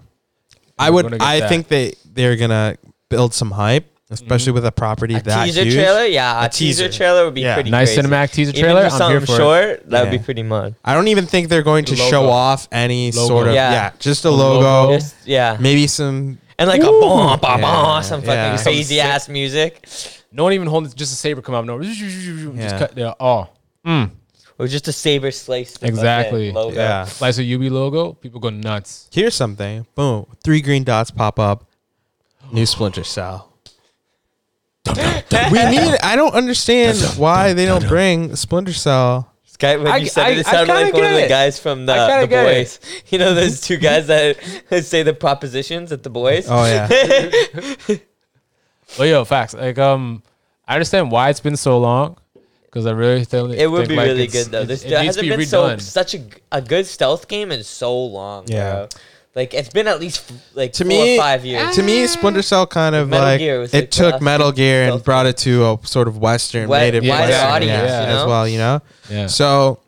S1: I
S2: We're
S1: would
S2: gonna get
S1: I
S2: that.
S1: think they they're going to build some hype,
S2: Mm-hmm.
S1: especially with a property
S3: remember.
S1: that
S3: a teaser
S1: huge.
S3: trailer, yeah,
S1: A
S3: a, teaser.
S1: teaser.
S3: trailer would be
S1: Yeah.
S3: pretty
S2: Nice
S3: crazy.
S2: cinematic teaser
S3: Even
S2: trailer.
S3: just
S2: I'm here
S3: something
S2: for it.
S3: short, that would
S1: Yeah.
S3: be pretty mud.
S1: I don't even think they're going to show
S2: Logo.
S1: off any
S2: Logo.
S1: sort of yeah,
S3: Yeah.
S1: just a
S2: A
S1: logo,
S2: logo.
S3: Just, yeah,
S1: maybe some
S3: and like a bomb, bah, bah,
S1: Yeah,
S3: some fucking
S1: yeah. Some
S3: crazy ass music,
S2: No one even holding just a saber come out. No, just
S1: Yeah.
S2: cut. Yeah. Oh, mm.
S3: or just a saber slice. of it,
S2: Exactly.
S3: Logo.
S1: yeah.
S2: slice of UB logo. People go nuts.
S1: Here's something. Boom. Three green dots pop up. New Splinter Cell. we need. I don't understand why they don't bring Splinter Cell.
S3: This guy, when
S2: I-
S3: you said
S2: I-
S3: it, it
S2: I
S3: sounded
S2: kinda
S3: like one of
S2: get
S3: the
S2: it.
S3: guys from
S2: I
S3: the,
S2: kinda
S3: the
S2: get it.
S3: boys. You know those two guys that say the propositions at the boys.
S1: Oh yeah.
S2: But yo, facts. Like um, I understand why it's been so long. Because I really think
S3: It would
S2: think,
S3: be
S2: like,
S3: really
S2: it's-
S3: good though.
S2: It,
S3: This
S2: it
S3: there
S2: needs to
S3: hasn't
S2: be
S3: been so
S2: redone.
S3: such a, g- a good stealth game in so long.
S1: Yeah.
S3: bro. like it's been at least f- like
S1: to
S3: four
S1: me, eh.
S3: or five years.
S1: To me, Splinter Cell kind of
S3: Metal
S1: like,
S3: Gear was
S1: it
S3: like the
S1: took
S3: last
S1: Metal Gear and
S3: Cell
S1: brought it to a sort of Western,
S3: Wet-
S1: made it
S2: wider
S1: Western,
S2: audience,
S1: yeah,
S2: you
S1: as
S3: know?
S1: well. You know.
S2: Yeah.
S1: So,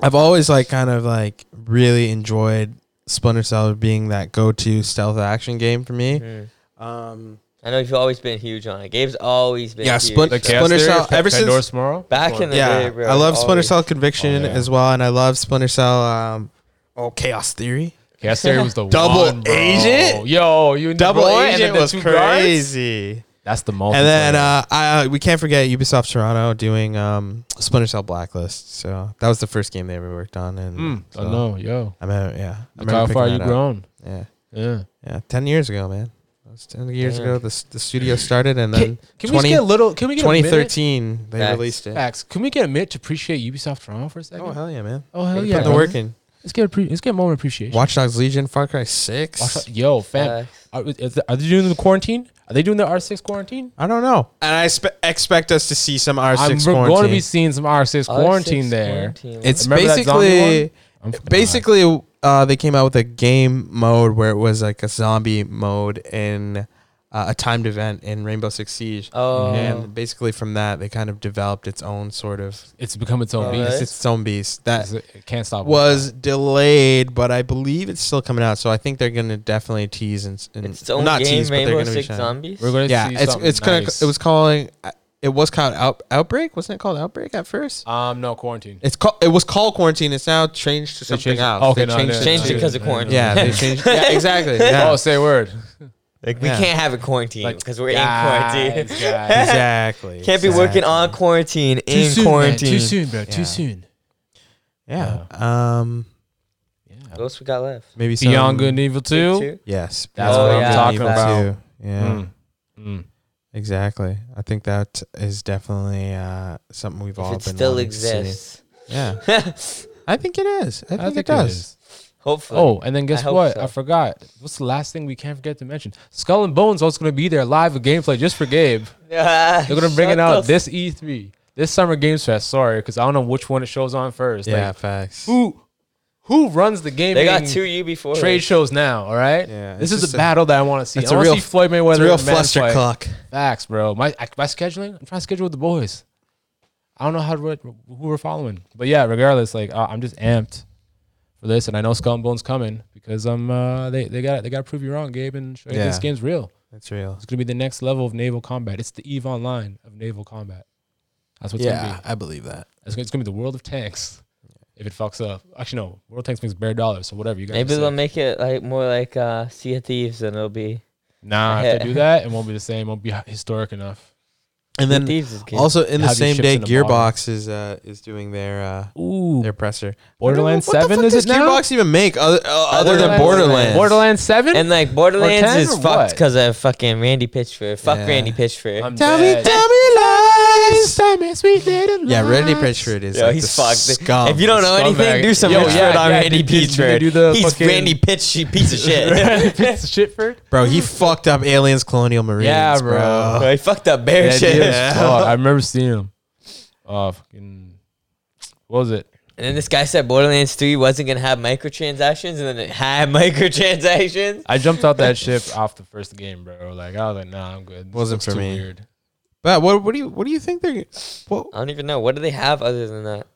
S1: I've always like kind of like really enjoyed Splinter Cell being that go-to stealth action game for me.
S3: Mhm.
S1: Um,
S3: I know you've always been huge on it. Gabe's always been
S1: Yeah,
S3: huge.
S1: Splinter-
S2: The
S3: bro.
S1: Splinter
S2: Chaos Theory,
S1: Cell,
S2: Pe-
S1: ever since-
S2: Pandora's Tomorrow?
S3: Back in the
S1: yeah,
S3: day, bro.
S1: I love Splinter
S3: always.
S1: Cell Conviction
S2: Oh, yeah.
S1: as well, and I love Splinter Cell. Um, oh, Chaos Theory.
S2: Chaos Theory was the
S1: Double
S2: one, bro.
S1: Agent?
S2: Yo, you
S1: Double
S2: bro, and then
S1: Agent
S2: the
S1: was
S2: two guards?
S1: crazy.
S2: That's the multiplayer.
S1: And then uh, I, uh, we can't forget Ubisoft Toronto doing um, Splinter Cell Blacklist. So that was the first game they ever worked on, and
S2: Mm,
S1: so
S2: I know, yo.
S1: I remember, yeah, I
S2: Look
S1: remember
S2: how
S1: picking
S2: far
S1: that
S2: you
S1: up.
S2: grown.
S1: Yeah,
S2: Yeah.
S1: yeah, ten years ago, man. That was ten years
S3: Damn.
S1: ago. The s- the studio started, and then
S2: Can
S1: 20
S2: we get a little? Can we get 2013
S1: 2013 they
S3: Facts.
S1: released it.
S2: facts? Can we get a minute to appreciate Ubisoft Toronto for a second?
S1: Oh hell yeah, man!
S2: Oh, hell
S1: They
S2: yeah!
S1: put the
S2: bro.
S1: work in.
S2: Let's get a pre- let's get a moment of appreciation.
S1: Watch Dogs Legion, Far Cry Six.
S2: Watch- yo,
S1: Oh,
S2: fam,
S3: Uh,
S2: are, is- are they doing the quarantine? Are they doing the R six quarantine?
S1: I don't know. And I spe- expect us to see some R6
S2: I'm, we're
S1: quarantine.
S2: going to be seeing some R six
S3: R6
S2: quarantine there.
S3: quarantine.
S1: it's
S2: Remember that zombie
S1: basically
S2: I'm fucking
S1: basically uh, they came out with a game mode where it was like a zombie mode in uh, a timed event in Rainbow Six Siege.
S3: oh,
S1: And basically from that they kind of developed its own sort of
S2: high. it's become its own
S3: Oh,
S1: it's
S3: Alright.
S2: beast.
S1: its own beast that
S2: It's- It can't stop.
S1: was delayed, but I believe it's still coming out. So I think they're gonna definitely tease and, and
S3: it's its own
S1: not
S3: game.
S1: tease, but they're
S3: Rainbow
S1: gonna be
S3: Six
S1: shining.
S3: Zombies.
S2: We're gonna
S1: Yeah,
S2: see
S1: it's
S2: something
S1: it's gonna
S2: nice.
S1: it was calling uh, it was called out, outbreak wasn't it called outbreak at first?
S2: um no quarantine.
S1: It's called. It was called quarantine. It's now changed to
S2: They
S1: something
S2: changed it.
S1: else.
S2: Okay,
S1: They
S2: no,
S1: changed
S2: no,
S1: it.
S2: no,
S3: Changed
S2: no,
S3: it 'cause of
S2: no, no, no,
S3: quarantine.
S1: Yeah, they changed. Yeah, exactly. Yeah.
S2: Oh, say a word.
S3: like we
S1: Yeah.
S3: can't have a quarantine because we're in quarantine.
S2: Guys, guys.
S1: exactly.
S3: Can't be working on quarantine in quarantine.
S2: bro.
S1: Yeah.
S2: soon.
S1: Yeah. Um.
S3: What else we got left?
S1: Maybe some,
S2: Beyond Good and Evil
S3: Two?
S2: 2.
S1: Yes.
S2: That's
S1: Beyond
S3: what
S1: Good
S3: I'm
S1: and
S3: talking
S1: Evil
S2: about.
S1: 2. Yeah.
S2: Mm. Mm.
S1: Exactly. I think that is definitely uh, something we've all
S3: If it
S1: been
S3: still
S1: wanting to see.
S3: exists.
S1: Yeah. I think it is. I think,
S2: I think
S1: it does.
S2: is.
S3: Hopefully.
S2: Oh, and then guess
S3: hope
S2: what?
S3: so.
S2: I forgot. What's the last thing we can't forget to mention? Skull and Bones also going to be there live with gameplay just for Gabe.
S3: Ah,
S2: They're going to bring
S3: shut
S2: it out
S3: the
S2: this E3, this Summer Games Fest. Sorry, because I don't know which one it shows on first. Like,
S1: Yeah. Facts.
S2: who who runs the game?
S3: They got two UB4.
S2: trade shows now. All right.
S1: Yeah, it's
S2: This is
S1: just
S2: the
S1: a-
S2: battle that I want to see.
S1: it's
S2: I
S1: a
S2: want
S1: real-
S2: to see Floyd Mayweather.
S1: It's a real
S2: and Mann
S1: fluster
S2: fight.
S1: clock.
S2: Facts, bro. My I- my scheduling. I'm trying to schedule with the boys. I don't know how to, what- who we're following, but yeah. Regardless, like uh, I'm just amped for this, and I know Skull and Bones coming because I'm uh, they they got they got to prove you wrong, Gabe, and show you
S1: Yeah.
S2: this game's real.
S1: That's real.
S2: It's gonna be the next level of naval combat. It's the Eve Online of naval combat. That's what it's gonna
S1: Yeah,
S2: be.
S1: I believe that.
S2: It's, gonna- it's gonna be the world of tanks. If it fucks up, actually no, world of tanks makes bare dollars, so whatever you guys.
S3: Maybe
S2: decide.
S3: they'll make it like more like uh, Sea of Thieves and it'll be.
S2: Nah, if they do that, it won't be the same. It won't be hi- historic enough.
S1: And
S3: Sea of
S1: then
S3: Thieves is good.
S1: Also, in the
S2: Have your
S1: same
S2: ships
S1: day,
S2: in a
S1: Gearbox is uh, is doing their uh,
S2: Ooh,
S1: their presser.
S2: Borderlands
S1: What the
S2: Seven
S1: fuck
S2: is
S1: does
S2: it now?
S1: Gearbox even make other, uh, other than Borderlands?
S3: Borderlands.
S2: Borderlands Seven.
S3: and like
S2: Or
S3: Borderlands
S2: 10
S3: is
S2: or
S3: fucked
S2: what?
S3: because of fucking Randy Pitchford. Fuck
S1: Yeah.
S3: Randy Pitchford.
S2: I'm
S1: Tell me,
S2: dead.
S1: tell me lies.
S2: Summer, sweet little
S1: Yeah, Randy Pitchford is
S3: Yo,
S1: like
S3: he's
S1: the
S3: fucked.
S1: scum.
S3: If you don't know
S2: Scumbag.
S3: anything, do some
S2: Yo,
S3: research
S2: yeah,
S3: on
S2: yeah,
S3: Randy
S2: did- did- did they
S3: Pitchford.
S2: do the
S3: He's
S2: fucking-
S3: Randy Pitch, piece of
S2: Randy
S3: shit.
S2: Pitts Shitford.
S1: bro, he fucked up aliens, colonial marines,
S2: Yeah, bro.
S1: bro.
S3: Bro, he fucked up bear
S2: That
S3: shit.
S2: dude was flawed. I remember seeing him. Oh, fucking. What was it?
S3: And then this guy said Borderlands 3 wasn't going to have microtransactions, and then it had microtransactions.
S2: I jumped out that ship off the first game, bro. Like I was like, nah, I'm good. This
S1: Wasn't
S2: looks
S1: for
S2: too
S1: me.
S2: Weird.
S1: But what, what do you what do you think they're? Well,
S3: I don't even know. What do they have other than that?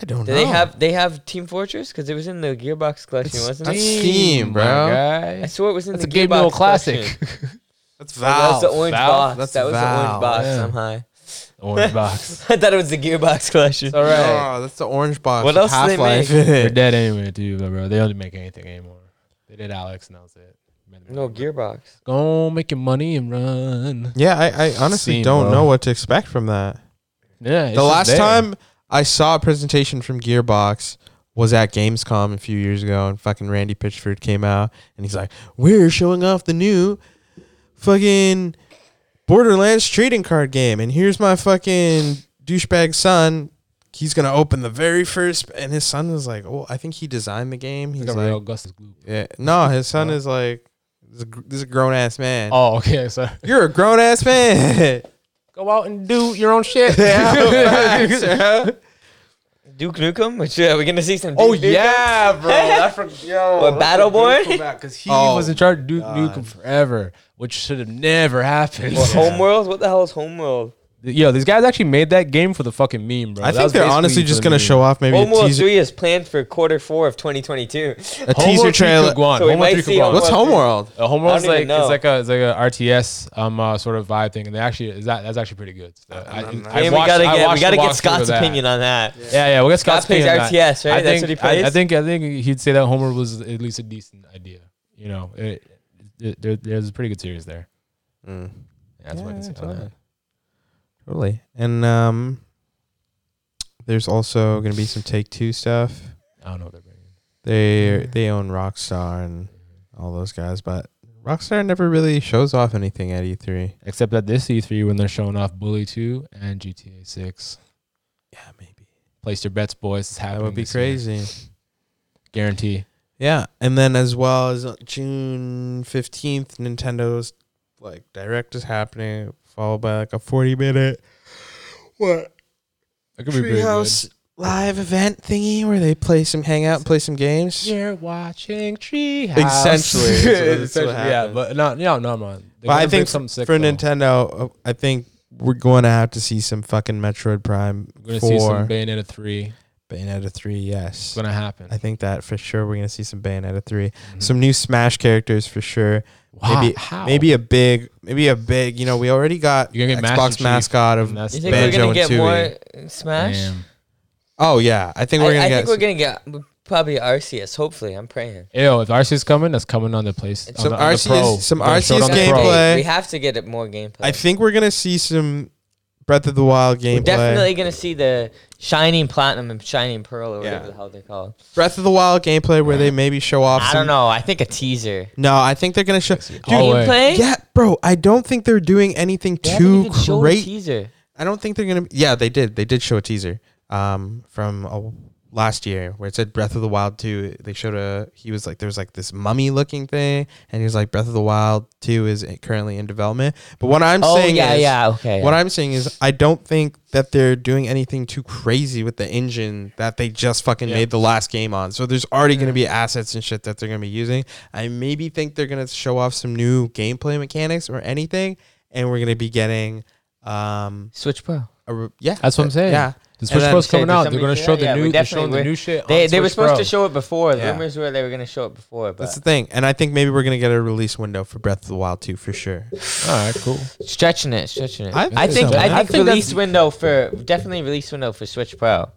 S1: I don't
S3: Do
S1: know.
S3: they have they have Team Fortress? Because it was in the Gearbox collection,
S1: It's-
S3: wasn't
S1: that's
S3: it?
S1: Steam,
S2: my
S1: bro.
S2: guy.
S3: I swear it was in
S2: That's
S3: the
S2: a game
S3: Gearbox
S2: old classic.
S3: collection.
S1: That's
S3: Oh, that
S1: Valve.
S3: was the orange
S2: Valve?
S3: box.
S1: That's
S3: that was the
S1: Valve.
S3: orange box.
S2: Yeah.
S3: I'm high.
S2: Orange box.
S3: I thought it was the Gearbox collection.
S2: It's all right.
S1: Oh, that's the orange box.
S3: What
S1: What
S3: else
S1: else
S3: do they
S1: Half Life.
S2: They're dead anyway, too, but bro. They don't make anything anymore. They did Alex, and that was it.
S3: No Gearbox.
S2: Go make your money and run.
S1: yeah, I, I honestly
S2: Steam,
S1: don't
S2: bro.
S1: know what to expect from that.
S2: Yeah. it's
S1: the
S2: just
S1: last
S2: there.
S1: time I saw a presentation from Gearbox was at Gamescom a few years ago, and fucking Randy Pitchford came out and he's like, "We're showing off the new fucking Borderlands trading card game, and here's my fucking douchebag son." He's gonna open the very first, and his son was like, "Oh, I think he designed the game." He's
S2: It's like a
S1: like,
S2: real Gus's glue.
S1: "Yeah, no, his son
S2: Oh.
S1: is like, this is a gr- this is a grown ass man.
S2: Oh, okay. So
S1: You're a grown ass man."
S2: go out and do your own shit.
S3: Duke Nukem? Which, uh, are we gonna see some? Duke
S2: Oh
S3: Nukem?
S2: yeah, bro. I forgot. Yo,
S3: What, Battleborn?
S2: Because he
S1: Oh,
S2: was in charge of Duke
S1: God.
S2: Nukem forever, which should have never happened.
S3: Or Homeworld? What the hell is Homeworld?
S2: Yo, these guys actually made that game for the fucking meme, bro.
S1: I
S2: That
S1: think
S2: was
S1: they're
S2: basically
S1: honestly
S2: for
S1: just
S2: the
S1: gonna
S2: meme.
S1: show off maybe a
S3: Homeworld
S1: teaser,
S3: Three is planned for quarter four of 2022.
S1: a
S2: Homeworld
S1: teaser
S2: Three
S1: trailer.
S2: could go on.
S3: So we
S2: Homeworld
S3: might
S2: Three could
S3: see
S2: go on.
S3: Homeworld
S1: What's Homeworld?
S2: Uh,
S3: I
S2: Homeworld's
S3: don't
S2: like
S3: even know.
S2: it's like a it's like a RTS um uh, sort of vibe thing, and they actually is that that's actually pretty good. So I,
S1: don't know.
S2: I
S3: Man, we
S2: watched-
S3: gotta
S2: I
S3: get we
S2: watched the
S3: gotta
S2: walkthrough
S3: get
S2: of
S3: Scott's
S2: that.
S3: opinion on that.
S2: Yeah, yeah, we'll get
S3: Scott
S2: Scott's
S3: plays
S2: opinion on that.
S3: RTS, right?
S2: I think,
S3: That's what he
S2: I- I,
S3: plays?
S2: think I think he'd say that Homeworld was at least a decent idea. You know, it, it, there, there's a pretty good series there. Yeah, Mm, that's what I can
S1: Yeah,
S2: say on
S1: totally.
S2: that.
S1: Totally. And um, there's also gonna be some Take Two stuff.
S2: I don't know what they're bringing.
S1: They they own Rockstar and all those guys, but Rockstar never really shows off anything at E E3.
S2: Except at this E3 when they're showing off Bully 2 and GTA 6.
S1: Yeah, maybe
S2: Place your bets, boys. It's
S1: that
S2: happening.
S1: would be
S2: this year.
S1: crazy.
S2: Guarantee.
S1: Yeah, and then as well as uh, June fifteenth, Nintendo's like direct is happening, followed by like a forty minute what
S2: That could be pretty
S1: treehouse live event thingy where they play some hangout, and play some games.
S2: good. You're watching Treehouse.
S1: Essentially, that's what- that's what
S2: Essentially, yeah,
S1: happened.
S2: but no, no, no, man. They're
S1: But I
S2: gonna bring
S1: think
S2: something sick
S1: for
S2: though.
S1: Nintendo, uh, I think we're going to have to see some fucking Metroid Prime
S2: We're gonna see
S1: Four,
S2: some Bayonetta 3.
S1: Bayonetta three.
S2: It's
S1: Yes,
S2: gonna happen.
S1: I think that for sure. We're gonna see some Bayonetta 3
S2: Mhm.
S1: some new Smash characters for sure.
S2: Wow,
S1: maybe-
S2: how?
S1: Maybe a big, maybe a big. You know, we already got
S2: You're gonna get Master
S1: Xbox
S2: Chief,
S1: mascot of
S2: and that's
S3: You
S2: the-
S3: think
S1: Banjo
S3: we're gonna
S1: and
S3: get
S1: Tooie.
S3: more Smash?
S2: Damn.
S1: Oh yeah, I think
S3: I,
S1: we're gonna
S3: I
S1: get.
S3: think we're gonna get probably Arceus. Hopefully, I'm praying.
S2: Ew, if RC's coming, that's coming on the place.
S1: Some
S2: on the, on the
S1: RCS
S2: Pro.
S1: some
S2: We're gonna show it
S1: RCS
S2: on the Pro.
S1: gameplay.
S3: We have to get it more gameplay.
S1: I think we're gonna see some Breath of the Wild
S3: We're
S1: gameplay.
S3: definitely gonna see the Shining Platinum and Shining Pearl or whatever
S1: Yeah.
S3: the hell they're called.
S1: Breath of the Wild gameplay where they maybe show off.
S3: I
S1: some,
S3: don't know. I think a teaser.
S1: No, I think they're gonna show. Dude,
S2: Oh, wait.
S3: Gameplay?
S1: yeah, bro. I don't think they're doing anything
S3: They haven't
S1: too
S3: even shown a
S1: great.
S3: teaser.
S1: I don't think they're gonna. Yeah, they did. They did show a teaser um, from uh, last year where it said Breath of the Wild two. They showed a. He was like, there was like this mummy looking thing, and he was like, Breath of the Wild two is currently in development. But what I'm
S3: oh
S1: saying
S3: yeah,
S1: is,
S3: yeah, okay.
S1: What I'm saying is, I don't think that they're doing anything too crazy with the engine that they just fucking
S2: Yeah.
S1: made the last game on. So there's already going to be assets and shit that they're going to be using. I maybe think they're going to show off some new gameplay mechanics or anything, and we're going to be getting, um,
S3: Switch Pro.
S1: a re- yeah,
S2: That's what I'm saying.
S1: Yeah,
S2: The Switch
S1: then-
S2: Pro's
S3: Okay,
S2: coming
S3: did
S2: out. They're
S3: somebody
S2: gonna
S3: say
S2: show
S3: that? Yeah,
S2: the
S3: we
S2: new. They're showing
S3: definitely-
S2: the new shit. on
S3: They they were
S2: Switch
S3: supposed
S2: Pro.
S3: to show it before. The
S1: Yeah.
S3: rumors were they were gonna show it before, but
S1: that's the thing. And I think maybe we're going to get a release window for Breath of the Wild 2 for sure.
S2: All right, cool.
S3: stretching it, stretching it.
S1: I
S3: I,
S1: think
S3: think
S2: so.
S3: I
S2: I
S3: think
S1: think
S3: release window for definitely release window for Switch Pro.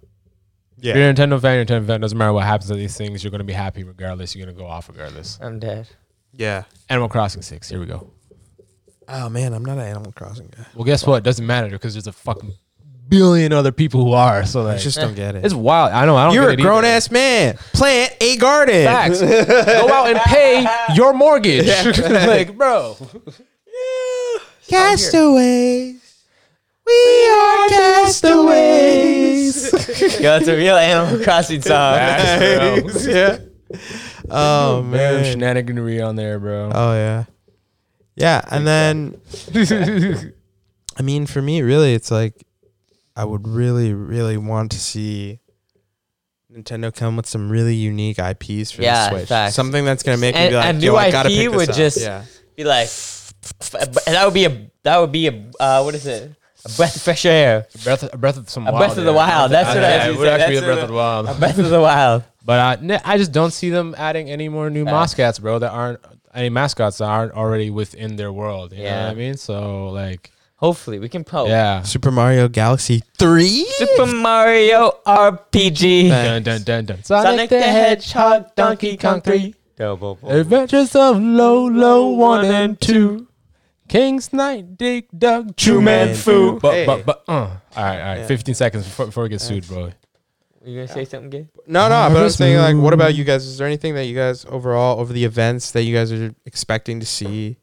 S2: If you're a Nintendo fan, you're a Nintendo fan. Doesn't matter what happens to these things. You're gonna be happy regardless. You're gonna go off regardless.
S3: I'm dead.
S1: Yeah.
S2: Animal Crossing Six. Here we go.
S1: Oh man, I'm not an Animal Crossing guy.
S2: Well, guess what? Doesn't matter because there's a fucking billion other people who are. So
S1: I
S2: like,
S1: just don't get it.
S2: it's wild. I know. I don't.
S1: You're a
S2: get it
S1: grown
S2: either.
S1: ass man. Plant a garden.
S2: Facts. go out and pay your mortgage. like, bro.
S1: Castaways. We are castaways.
S3: Yo, it's a real Animal Crossing song.
S2: That's real.
S1: yeah. Oh
S2: Man,
S1: man.
S2: shenaniganry on there, bro.
S1: Oh yeah. Yeah, and then I mean, for me, really, it's like I would really, really want to see Nintendo come with some really unique IPs for
S3: Yeah,
S1: the Switch.
S3: facts.
S1: Something that's gonna make me
S3: And-
S1: be like,
S3: and
S1: yo,
S3: new
S1: I gotta
S3: IP
S1: pick this
S3: would
S1: up.
S3: just-
S1: yeah.
S3: Be like, and that would be a that would be a uh, what is it? A breath of fresh air.
S2: Breath, a breath of some
S3: A
S2: wild.
S3: Breath of the
S2: yeah.
S3: Wild, that's what I
S2: yeah,
S3: was
S2: It
S3: gonna
S2: would
S3: say,
S2: actually be a
S3: that's
S2: breath of the wild.
S3: A breath of the wild.
S2: But I, n- I just don't see them adding any more new
S3: Facts.
S2: mascots, bro. That aren't any mascots that aren't already within their world. You know
S3: Yeah. Oh.
S2: what I mean? So like,
S3: Hopefully, we can poke.
S2: yeah.
S1: Super Mario Galaxy Three.
S3: Super Mario RPG.
S1: Thanks.
S2: Dun, dun, dun, dun.
S3: Sonic the Hedgehog, Donkey Kong 3. Double.
S2: Adventures of Lolo One and Two, King's Knight, Dick Duck, True Man
S1: Man
S2: Foo.
S1: Fu.
S2: But
S1: Hey.
S2: but but. Uh. All right, all right.
S1: Yeah.
S2: Fifteen seconds before, before we get sued, bro.
S3: You gonna say something gay?
S1: No, no, but I was
S2: Harvest
S1: thinking like, what about
S2: Moon.
S1: you guys? Is there anything that you guys overall over the events that you guys are expecting to see?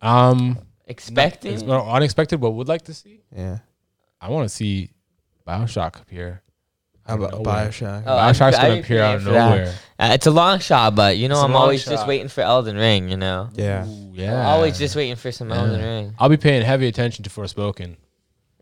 S2: Um,
S3: Expecting?
S2: it's not unexpected, but would like to see.
S1: Yeah.
S2: I want to see Bioshock appear.
S1: How about
S2: Nowhere.
S1: Bioshock?
S3: Oh, I'm-
S2: Bioshock's
S3: I'd
S2: gonna
S3: be
S2: appear out of
S3: for that.
S2: nowhere.
S3: Uh, it's a long shot, but you know,
S2: It's a
S3: I'm
S2: long
S3: always just
S2: shot.
S3: waiting for Elden Ring, you know?
S1: Yeah.
S2: Ooh,
S3: I'm
S2: yeah.
S3: always just waiting for some
S2: Yeah.
S3: Elden Ring.
S2: I'll be paying heavy attention to Forspoken.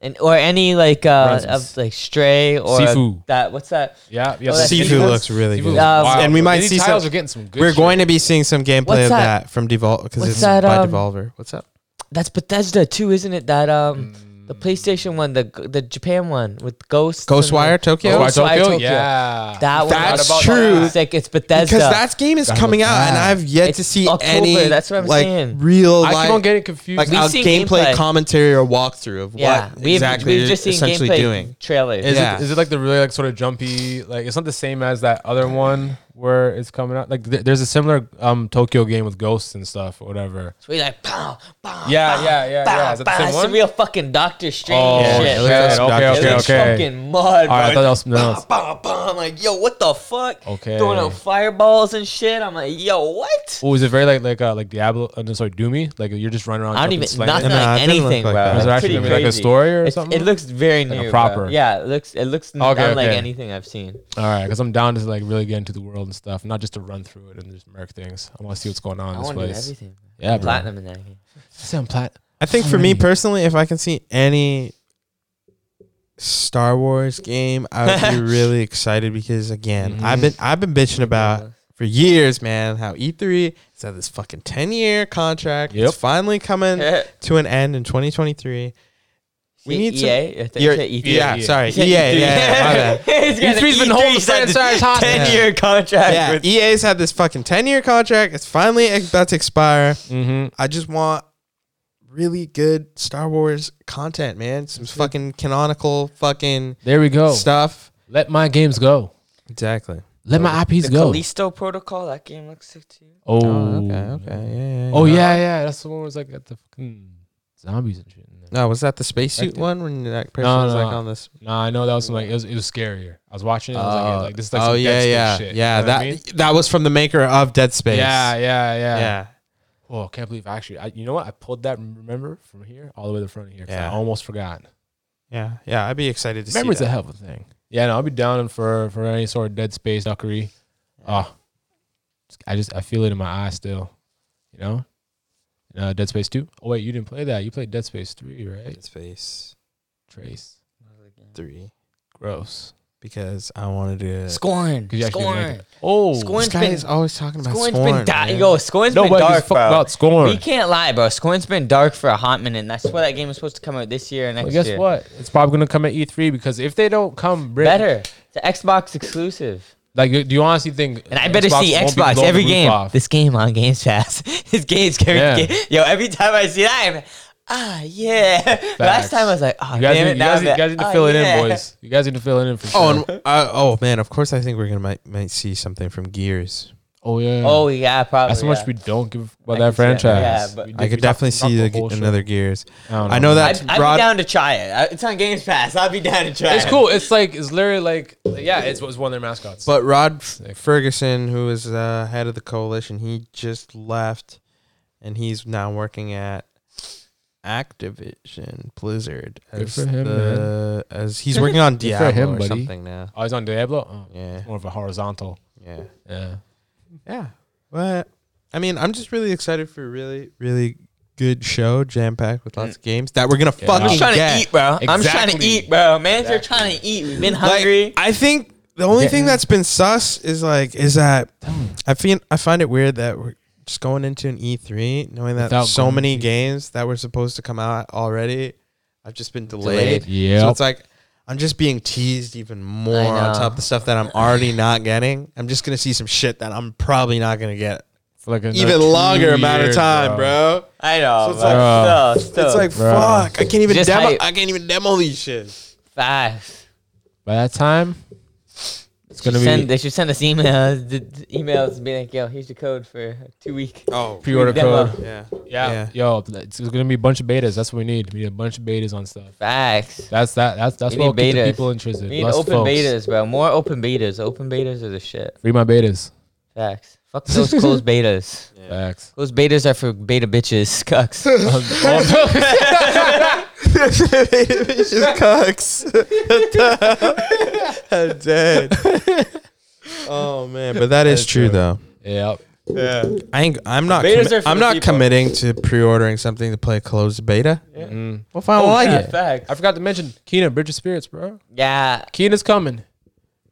S3: And, or any like uh
S2: Presents.
S3: of like Stray or
S2: Sifu.
S3: that what's that?
S2: Yeah, yeah.
S3: Oh, that's
S1: Sifu
S3: Sifu.
S1: looks really
S2: Sifu
S1: good.
S2: looks
S3: Um,
S2: wild.
S1: and we might
S2: These
S1: see
S2: titles
S1: some-
S2: are getting some good.
S1: We're
S2: shit.
S1: going to be seeing some gameplay
S3: What's
S1: of
S3: that?
S1: that from Devolver because
S3: What's
S1: it's
S3: that,
S1: by
S3: um,
S1: Devolver. What's up?
S3: That's Bethesda too, isn't it? That um the PlayStation one, the the Japan one with Ghost
S1: Ghostwire Tokyo.
S2: Ghostwire
S3: Ghost- Ghostwire
S2: Tokyo.
S3: Tokyo.
S2: Yeah.
S3: That one
S1: That's
S2: Forgot about
S1: true.
S2: that.
S3: It's like it's
S1: Because
S3: Bethesda.
S1: that game is
S2: That
S1: coming
S2: looks
S1: out, and
S2: bad.
S1: I've yet
S3: It's
S1: to see
S3: October,
S1: any
S3: that's what I'm
S1: like
S3: saying.
S1: real
S2: I keep on
S1: life,
S2: getting confused.
S1: like
S3: We've
S1: a
S3: seen
S1: gameplay,
S3: gameplay.
S1: commentary or walkthrough of
S3: yeah,
S1: what
S3: we've,
S1: exactly
S3: we've just
S1: you're
S3: seen
S1: essentially
S3: gameplay
S1: doing.
S3: trailers.
S2: Is,
S1: Yeah.
S2: it, is it like the really like sort of jumpy? Like it's not the same as that other one where it's coming out. Like th- there's a similar um Tokyo game with ghosts and stuff or whatever.
S3: So we like pow, pow,
S2: Yeah,
S3: pow,
S2: yeah, yeah,
S3: pow,
S2: yeah. Is that the
S3: pow.
S2: same
S3: It's
S2: one?
S3: real fucking Doctor Strange
S2: Oh,
S1: Yeah,
S3: shit.
S1: it looks like
S2: shit. okay,
S1: Doctor
S2: okay,
S3: It
S1: Strange.
S3: looks
S2: okay.
S3: fucking mud,
S2: All right, I
S3: bro.
S2: thought that was something else.
S3: Bah, bah, bah. I'm like, yo, what the fuck?
S2: Okay.
S3: Throwing out fireballs and shit. I'm like, yo, what?
S2: Oh, is it very like like uh, like Diablo? Uh, no, sorry, Doomy. Like you're just running around.
S3: I don't
S2: jumping,
S3: even
S2: slaying
S3: not
S2: it?
S1: Nah, it
S3: like
S1: didn't look
S3: anything,
S1: like
S3: bro.
S1: that.
S2: Is
S3: It's
S2: it actually
S3: pretty
S2: gonna be like a
S3: crazy.
S2: story or
S3: It's-
S2: something?
S3: It looks very
S2: Like a
S3: new,
S2: proper.
S3: Bro. Yeah, it looks it looks
S2: Okay,
S3: unlike
S2: okay.
S3: anything I've seen.
S2: All right, because I'm down to like really get into the world and stuff, not just to run through it and just merc things. I want to see what's going on
S3: I
S2: in this
S3: want to do
S2: place.
S3: everything.
S2: Yeah, bro.
S3: Platinum in that game.
S2: See, I'm plat-
S1: I think for me personally, if I can see any Star Wars game, I would be really excited because again,
S3: Mm-hmm.
S1: I've been I've been bitching about for years, man, how E E3 has had this fucking 10 year contract.
S2: Yep.
S1: It's finally coming to an end in 2023. We need
S3: EA.
S1: some-
S3: I think
S1: You're-
S3: E you said E E3.
S1: yeah,
S2: EA.
S1: sorry. EA, yeah, yeah, my bad.
S3: He's got
S2: E3's
S3: an
S2: been holding the
S3: E3 signed
S2: franchise hostage.
S3: Ten-year contract.
S1: Yeah,
S3: with-
S1: EA's had this fucking 10 year contract. It's finally about to expire.
S2: Mm-hmm.
S1: I just want really good Star Wars content, man. Some fucking canonical fucking
S2: There we go.
S1: stuff.
S2: Let my games go.
S1: Exactly.
S2: Let
S1: Oh,
S2: my IPs
S3: The
S2: go.
S3: Callisto Protocol. That game looks sick too.
S2: Oh,
S1: Yeah,
S2: Oh yeah, yeah. That's the one where it's like got the fucking zombies and shit. In there.
S1: No, was that the spacesuit
S2: That's it.
S1: one when that person
S2: No,
S1: was
S2: no,
S1: like
S2: no.
S1: on this?
S2: Nah, I know that was some, like it was, it was scarier. I was watching it. I was like, yeah, like this is like
S1: oh
S2: some Dead
S1: yeah,
S2: Space
S1: yeah,
S2: shit. You
S1: yeah.
S2: know what
S1: that
S2: I mean?
S1: that was from the maker of Dead Space.
S2: yeah, yeah, yeah,
S1: yeah.
S2: Oh, I can't believe actually. I, you know what? I pulled that. Remember from here all the way to the front of here. 'cause
S1: Yeah.
S2: I almost forgot.
S1: Yeah, yeah. I'd be excited to
S2: Memory's
S1: see
S2: a
S1: that.
S2: hell of a thing. Yeah, no, I'll be down for for any sort of Dead Space duckery. Oh, I just I feel it in my eye still. You know, uh, Dead Space Two. Oh wait, you didn't play that. You played Dead Space Three, right?
S1: Dead Space
S2: Trace.
S1: three
S2: Gross.
S1: because I wanted to.
S3: Scorn.
S2: Because you actually
S3: Scorn.
S2: like it. Oh,
S1: This
S3: Scorn's
S1: guy
S3: been-
S1: is always talking about
S3: Scorn's
S1: Scorn.
S3: been dark.
S1: man.
S3: Yo, Scorn's been
S2: nobody gives a
S3: dark,
S2: fuck
S3: bro.
S2: about Scorn.
S3: We can't lie, bro. Scorn's been dark for a hot minute. and That's why that game was supposed to come out this year and next
S2: But guess
S3: year.
S2: what? It's probably gonna come at E3 because if they don't come, bring-
S3: Better. It's an Xbox exclusive.
S2: Like, do you honestly think?
S3: And I better
S2: Xbox
S3: see
S2: won't be
S3: Xbox
S2: blowing
S3: every
S2: the roof
S3: game.
S2: off?
S3: This game on Games Pass. this game's scary.
S2: Yeah.
S3: Yo, every time I see that, I'm like, ah, yeah. Last time I was like, oh,
S2: You guys,
S3: damn
S2: need,
S3: it.
S2: you,
S3: now
S2: guys, need-
S3: I'm
S2: you
S3: like,
S2: guys need to
S3: "Ah,
S2: fill it
S3: yeah."
S2: in, boys. You guys need to fill it in for sure.
S1: Oh, and, uh, oh man! Of course, I think we're gonna might might see something from Gears.
S2: oh yeah.
S3: Oh, yeah, probably.
S2: That's how much
S3: yeah.
S2: we don't give
S3: I
S2: about that
S3: can see that.
S2: franchise.
S3: Yeah, but-
S2: We
S1: I
S2: did- we
S1: could
S2: talked-
S1: definitely
S2: talked
S1: see the,
S2: the whole show.
S1: another Gears.
S2: don't
S1: I know that
S3: I'd, I'd
S1: Rod-
S3: be down to try it. I- It's on Games Pass. I'd be down to try
S2: It's
S3: it.
S2: cool. It's like it's literally like yeah. It's, it's one of their mascots.
S1: But Rod F- Ferguson, who is uh, head of the coalition, he just left, and he's now working at Activision Blizzard
S2: Good
S1: as
S2: for him,
S1: the as he's working on
S2: Good for
S1: Diablo
S2: him,
S1: or
S2: buddy.
S1: something now.
S2: Oh, he's on Diablo. Oh,
S1: Yeah,
S2: it's more of a horizontal.
S1: yeah,
S2: Yeah.
S1: yeah. But I mean, I'm just really excited for a really, really good show, jam packed with lots of games that we're gonna
S2: Yeah.
S1: fucking
S2: I'm
S3: Mm. I'm just trying
S1: get.
S3: to eat, bro. I'm trying to
S2: Exactly.
S3: eat, bro. Man's are
S2: Exactly.
S3: trying to eat. We've been
S1: Like,
S3: hungry.
S1: I think the only
S2: Yeah.
S1: thing that's been sus is like is that I feel I find it weird that we're just going into an E3 knowing that
S2: Without
S1: so
S2: going
S3: E
S1: many
S2: to-
S1: games that were supposed to come out already have just been delayed.
S3: Delayed.
S2: Yeah.
S1: So it's like I'm just being teased even more
S3: I
S1: on
S3: know.
S1: top of the stuff that I'm already not getting. I'm just gonna see some shit that I'm probably not gonna get
S2: for like another
S1: even
S2: two
S1: longer amount of
S2: years,
S1: time, bro.
S3: I know.
S1: So it's
S3: but
S2: like-
S3: still, still.
S1: It's like
S2: Bro.
S1: fuck. I can't even
S3: Just
S1: demo.
S3: hype.
S1: I can't even demo these shit.
S3: five.
S2: By that time, it's gonna
S3: Should send,
S2: be
S3: they should send us emails. d- d- Emails and be like, yo, here's your code for two week.
S1: Oh
S2: pre-order
S3: demo.
S2: code.
S1: yeah.
S2: Yeah. Yo, it's gonna be a bunch of betas. That's what we need. We need a bunch of betas on stuff.
S3: Facts.
S2: That's that. That's that's
S3: We
S2: what
S3: need betas.
S2: people interested.
S3: We need
S2: Less
S3: open
S2: folks.
S3: betas, bro. More open betas. Open betas are the shit.
S2: Free my betas.
S3: Facts. Fuck those closed betas.
S2: Facts.
S3: Closed betas are for beta bitches, cucks.
S1: it's just cucks. I'm dead. Oh man, but that is true though.
S2: yep.
S1: Yeah, I ain't, I'm not.
S3: Betas
S1: commi-
S3: are for
S1: I'm
S3: the
S1: not
S3: people.
S1: committing to pre-ordering something to play closed beta.
S2: Mm.
S1: Well, if I don't like
S3: yeah,
S1: it,
S3: Facts.
S2: I forgot to mention Kena Bridge of Spirits, bro.
S3: Yeah.
S2: Kena's coming.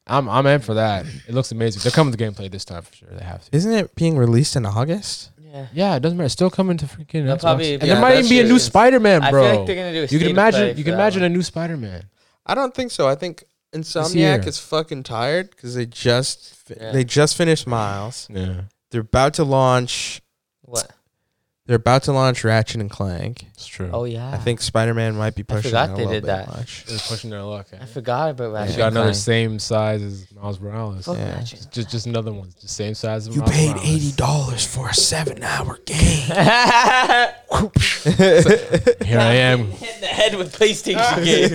S2: I'm I'm in for that. It looks amazing. They're coming to gameplay this time for sure. They have to.
S1: isn't it being released in August?
S3: Yeah.
S2: Yeah, it doesn't matter. It's still coming to freaking
S3: They'll
S2: Xbox.
S3: probably
S2: and
S3: be-
S2: there
S3: yeah,
S2: might
S3: that
S2: even be a
S3: shit
S2: new
S3: is-
S2: Spider-Man, bro.
S3: I feel like they're gonna do. A
S2: you
S3: state
S2: can
S3: of play
S2: imagine. You
S3: for
S2: can
S3: that
S2: imagine
S3: one.
S2: a new Spider-Man.
S1: I don't think so. I think
S2: year.
S1: Insomniac is fucking tired because they just fi-
S3: Yeah.
S1: they just finished Miles.
S2: Yeah,
S1: They're about to launch.
S3: What?
S1: They're about to launch Ratchet and Clank.
S2: it's true.
S3: Oh yeah.
S1: I think Spider Man might be
S3: I
S1: pushing
S3: forgot
S1: it a
S3: they
S1: little
S3: did
S1: bit
S3: that.
S1: much.
S2: They're pushing their luck.
S3: I forgot about
S2: He's
S3: Ratchet.
S2: got another
S3: and Clank.
S2: same size as Miles Morales.
S3: Fuck
S1: Yeah.
S3: Ratchet.
S2: Just just another one. Just same size as
S1: You
S2: Miles
S1: paid
S2: Morales.
S1: eighty dollars for a seven-hour game.
S2: Here I am.
S3: Hit in the head with PlayStation games.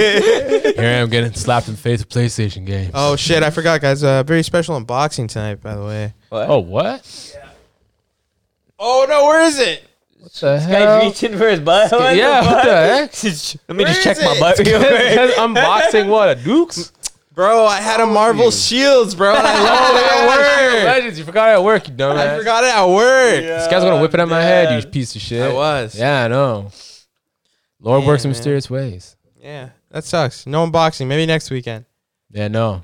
S2: Here I am getting slapped in the face with PlayStation games.
S1: oh shit! I forgot, guys. Uh, very special unboxing tonight, by the way.
S3: What?
S2: Oh, what?
S1: Oh no, where is it?
S2: What the
S3: Guy's
S2: hell?
S3: reaching for his butt. What
S2: Yeah,
S3: the
S2: what
S3: fuck?
S2: the heck?
S3: Let me
S1: Where
S3: just check
S1: is
S3: my
S1: it?
S3: butt real quick.
S2: unboxing what? A Dukes?
S1: Bro, I had a Marvel Shields, bro, and I left it at work.
S2: Legends, you forgot at work, you dumbass.
S1: I forgot it at work.
S2: This guy's gonna whip it at my head, you piece of shit.
S1: I was.
S2: Yeah, I know. Lord works in
S1: man.
S2: mysterious ways.
S1: Yeah, that sucks. No unboxing. Maybe next weekend.
S2: Yeah, no. I'm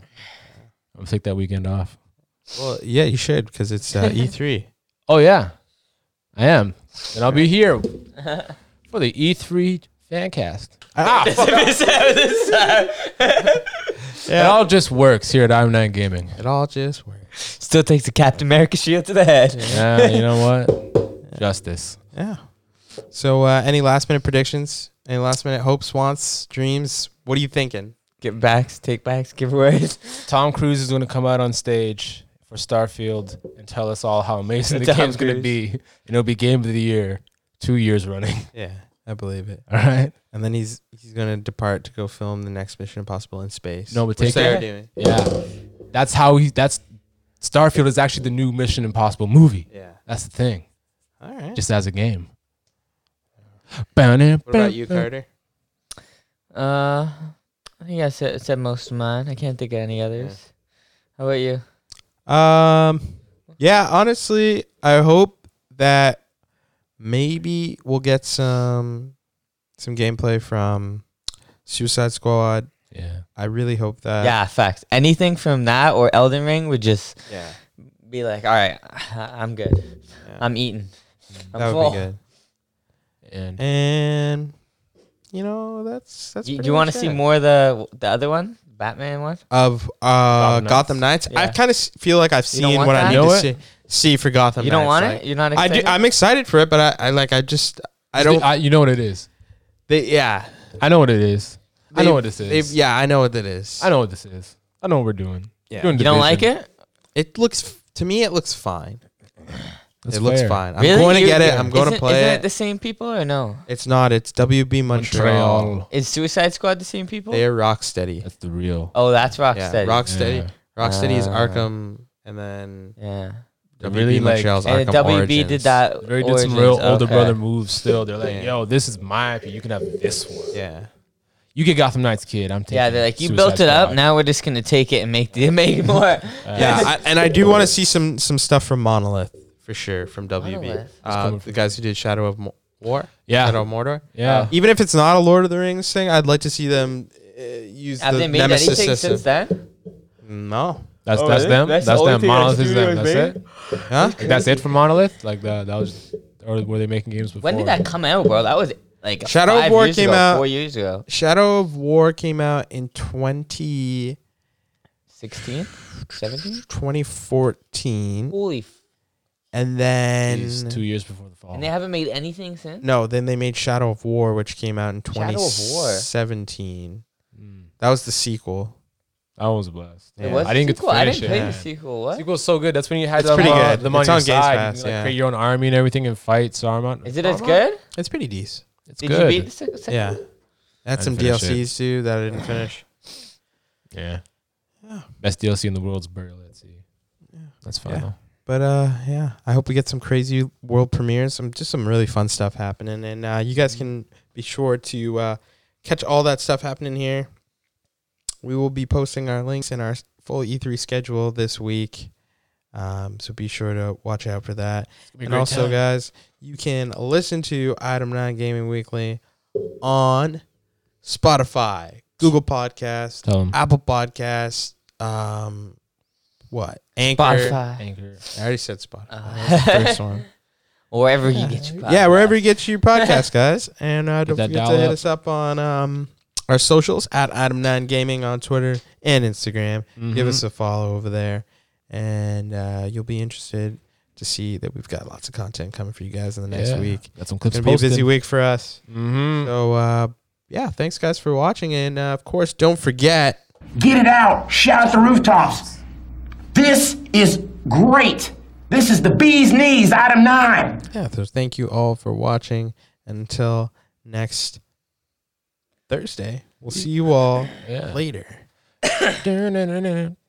S2: gonna take that weekend off.
S1: Well, yeah, you should because it's uh, E3.
S2: Oh yeah, I am, and I'll be here for the E E3 fan cast.
S1: Ah,
S2: It all just works here at I'm Nine Gaming.
S1: it all just works.
S3: Still takes the Captain America shield to the head.
S2: Yeah, you know what? Justice.
S1: Yeah. So, uh, any last minute predictions? Any last minute hopes, wants, dreams? What are you thinking?
S3: Get backs, take backs, giveaways.
S2: Tom Cruise is gonna come out on stage for Starfield and tell us all how amazing the
S3: Tom
S2: game's gonna
S3: Cruise.
S2: be, and it'll be Game of the Year two years running.
S1: Yeah, I believe it.
S2: All right.
S1: And then he's he's gonna depart to go film the next Mission Impossible in space.
S2: No, but
S1: which
S2: take
S1: they
S2: care.
S1: are doing.
S2: Yeah. That's how he. That's Starfield is actually the new Mission Impossible movie.
S1: Yeah.
S2: That's the thing.
S1: All right.
S2: Just as a game. What
S1: what about you, Carter?
S3: Uh, I think I said, said most of mine. I can't think of any others. How about you?
S1: Um, yeah. Honestly, I hope that maybe we'll get some some gameplay from Suicide Squad.
S2: Yeah.
S1: I really hope that.
S3: yeah, facts. Anything from that or Elden Ring would just
S1: Yeah.
S3: be like, all right, I'm good.
S1: Yeah.
S3: I'm eating. I'm
S1: that would
S3: full.
S1: be good.
S2: And
S1: And you know, that's that's.
S3: Do you,
S1: pretty
S3: want to
S1: much
S3: see
S1: it.
S3: more of the the other one, Batman one?
S1: of uh,
S2: Gotham
S1: Gotham,
S2: Knights?
S1: Knights? I
S3: Yeah.
S1: kind of feel like I've
S3: You don't
S1: seen
S3: want
S1: what I
S3: that?
S1: need
S2: You know
S1: to
S2: it?
S1: see, see for Gotham.
S3: you don't
S1: Knights.
S3: want
S1: like-
S3: it? You're not
S1: I do.
S3: excited?
S1: I'm excited for it, but I, I like. I just. I don't.
S2: you know what it is.
S1: They, yeah.
S2: I know what it is. I know
S1: They've-
S2: what this
S1: they've-
S2: is.
S1: Yeah, I know what that is.
S2: I know what this is. I know what we're doing.
S1: Yeah.
S2: Doing
S3: you don't
S2: division.
S3: like it?
S1: It looks to me. It looks fine.
S2: That's
S1: it looks
S2: fair.
S1: fine. I'm
S3: Really?
S1: going to
S3: You-
S1: get it. I'm going
S3: isn't,
S1: to play
S3: isn't
S1: it.
S3: it the same people or no?
S1: It's not. It's WB Montreal.
S2: Montreal.
S3: Is Suicide Squad the same people?
S1: They're Rocksteady.
S2: That's the real.
S3: oh, that's Rocksteady. Uh.
S1: Yeah, Rocksteady.
S2: Yeah.
S1: Rocksteady is
S3: Ah.
S1: Arkham, and then
S3: yeah.
S1: WB
S2: really, like-
S1: Montreal's
S3: And
S1: Arkham
S3: the WB
S1: Origins.
S3: did that.
S2: They did some
S3: Origins,
S2: real older
S3: okay.
S2: brother moves. Still, they're like,
S1: Yeah.
S2: yo, this is my IP. You can have this one.
S1: Yeah.
S2: You get Gotham Knights, kid. I'm taking.
S3: Yeah, they're like, you
S2: Suicide
S3: built it up.
S2: Squad."
S3: Now we're just gonna take it and make the make more.
S1: Yeah, I, and I do want to see some some stuff from Monolith for sure from WB.
S3: Monolith.
S1: Uh,
S2: coming
S1: the
S2: from-
S1: guys who did Shadow of Mo- War,
S2: Yeah.
S1: Shadow of Mordor. Uh,
S2: Yeah.
S1: even if it's not a Lord of the Rings thing, I'd like to see them uh, use
S3: Have
S1: the
S3: they made
S1: Nemesis
S3: anything
S1: system.
S3: since then?
S1: No,
S2: That's
S3: Oh,
S2: that's
S3: really?
S2: them.
S3: That's
S2: That's,
S3: the only
S2: them.
S3: thing that
S2: Monolith is
S3: studio
S2: them.
S3: has
S2: That's
S3: made?
S2: it.
S1: huh?
S2: Like, that's it for Monolith. Like that. That was. Or were they making games before?
S3: When did that come out, bro? That was like
S1: Shadow of
S3: five
S1: War
S3: years
S1: came
S3: ago,
S1: out-
S3: four years ago.
S1: Shadow of War came out in 20,
S3: 16? 17?
S1: 2014,
S3: Holy! F-
S1: and then
S2: Jeez, two years before the fall.
S3: and they haven't made anything since.
S1: no, then they made Shadow of War, which came out in
S3: Shadow of War.
S1: 2017.
S2: Mm.
S1: That was the sequel.
S2: That one was a blast.
S1: Yeah.
S3: It was
S2: I didn't get to
S3: sequel. I didn't
S2: finish
S3: play
S2: it.
S3: the
S1: Yeah.
S3: sequel. What?
S2: Sequel's so good. That's when you had
S1: It's
S2: them,
S1: pretty
S2: uh,
S1: good.
S2: them on
S1: It's
S2: your
S1: on Games
S2: side. You
S1: Pass,
S2: can, like,
S1: yeah.
S2: create your own army and everything and fight Saruman.
S3: Is it as good?
S1: It's pretty decent.
S2: It's
S3: Did
S2: good.
S3: you beat the second? second
S1: Yeah,
S3: one?
S1: had
S2: didn't
S1: some
S2: finish
S1: DLCs too that I didn't finish.
S2: Yeah.
S1: Yeah.
S2: Best DLC in the world's Burial at Sea. That's final.
S1: But uh, yeah, I hope we get some crazy world premieres, some just some really fun stuff happening, and uh, you guys can be sure to uh, catch all that stuff happening here. We will be posting our links and our full E3 schedule this week, um, so be sure to watch out for that. And also, guys, you can listen to Item 9 Gaming Weekly on Spotify, Google Podcasts,
S2: Tell him.
S1: Apple Podcasts, um, what? Anchor.
S3: Spotify.
S2: Anchor.
S1: I already said Spotify.
S3: Uh,
S1: That was the first one.
S3: Wherever you get your.
S1: Yeah, wherever
S3: podcast.
S1: you get your podcast, guys. And uh, don't
S2: that
S1: forget to
S2: dial
S1: hit
S2: up.
S1: us up on um, our socials at Item9Gaming on Twitter and Instagram. Give us a follow over there, and uh, you'll be interested to see that we've got lots of content coming for you guys in the next
S2: Yeah.
S1: week.
S2: Got some
S1: It's
S2: clips
S1: gonna be a busy week for us.
S2: Mm-hmm.
S1: So uh, yeah, thanks guys for watching, and uh, of course, don't forget.
S4: Get it out. Shout at the rooftops. This is great. This is the bee's knees, item nine.
S1: Yeah, so thank you all for watching. Until next Thursday, we'll see you all
S2: Yeah.
S1: later.
S2: Dun-dun-dun-dun.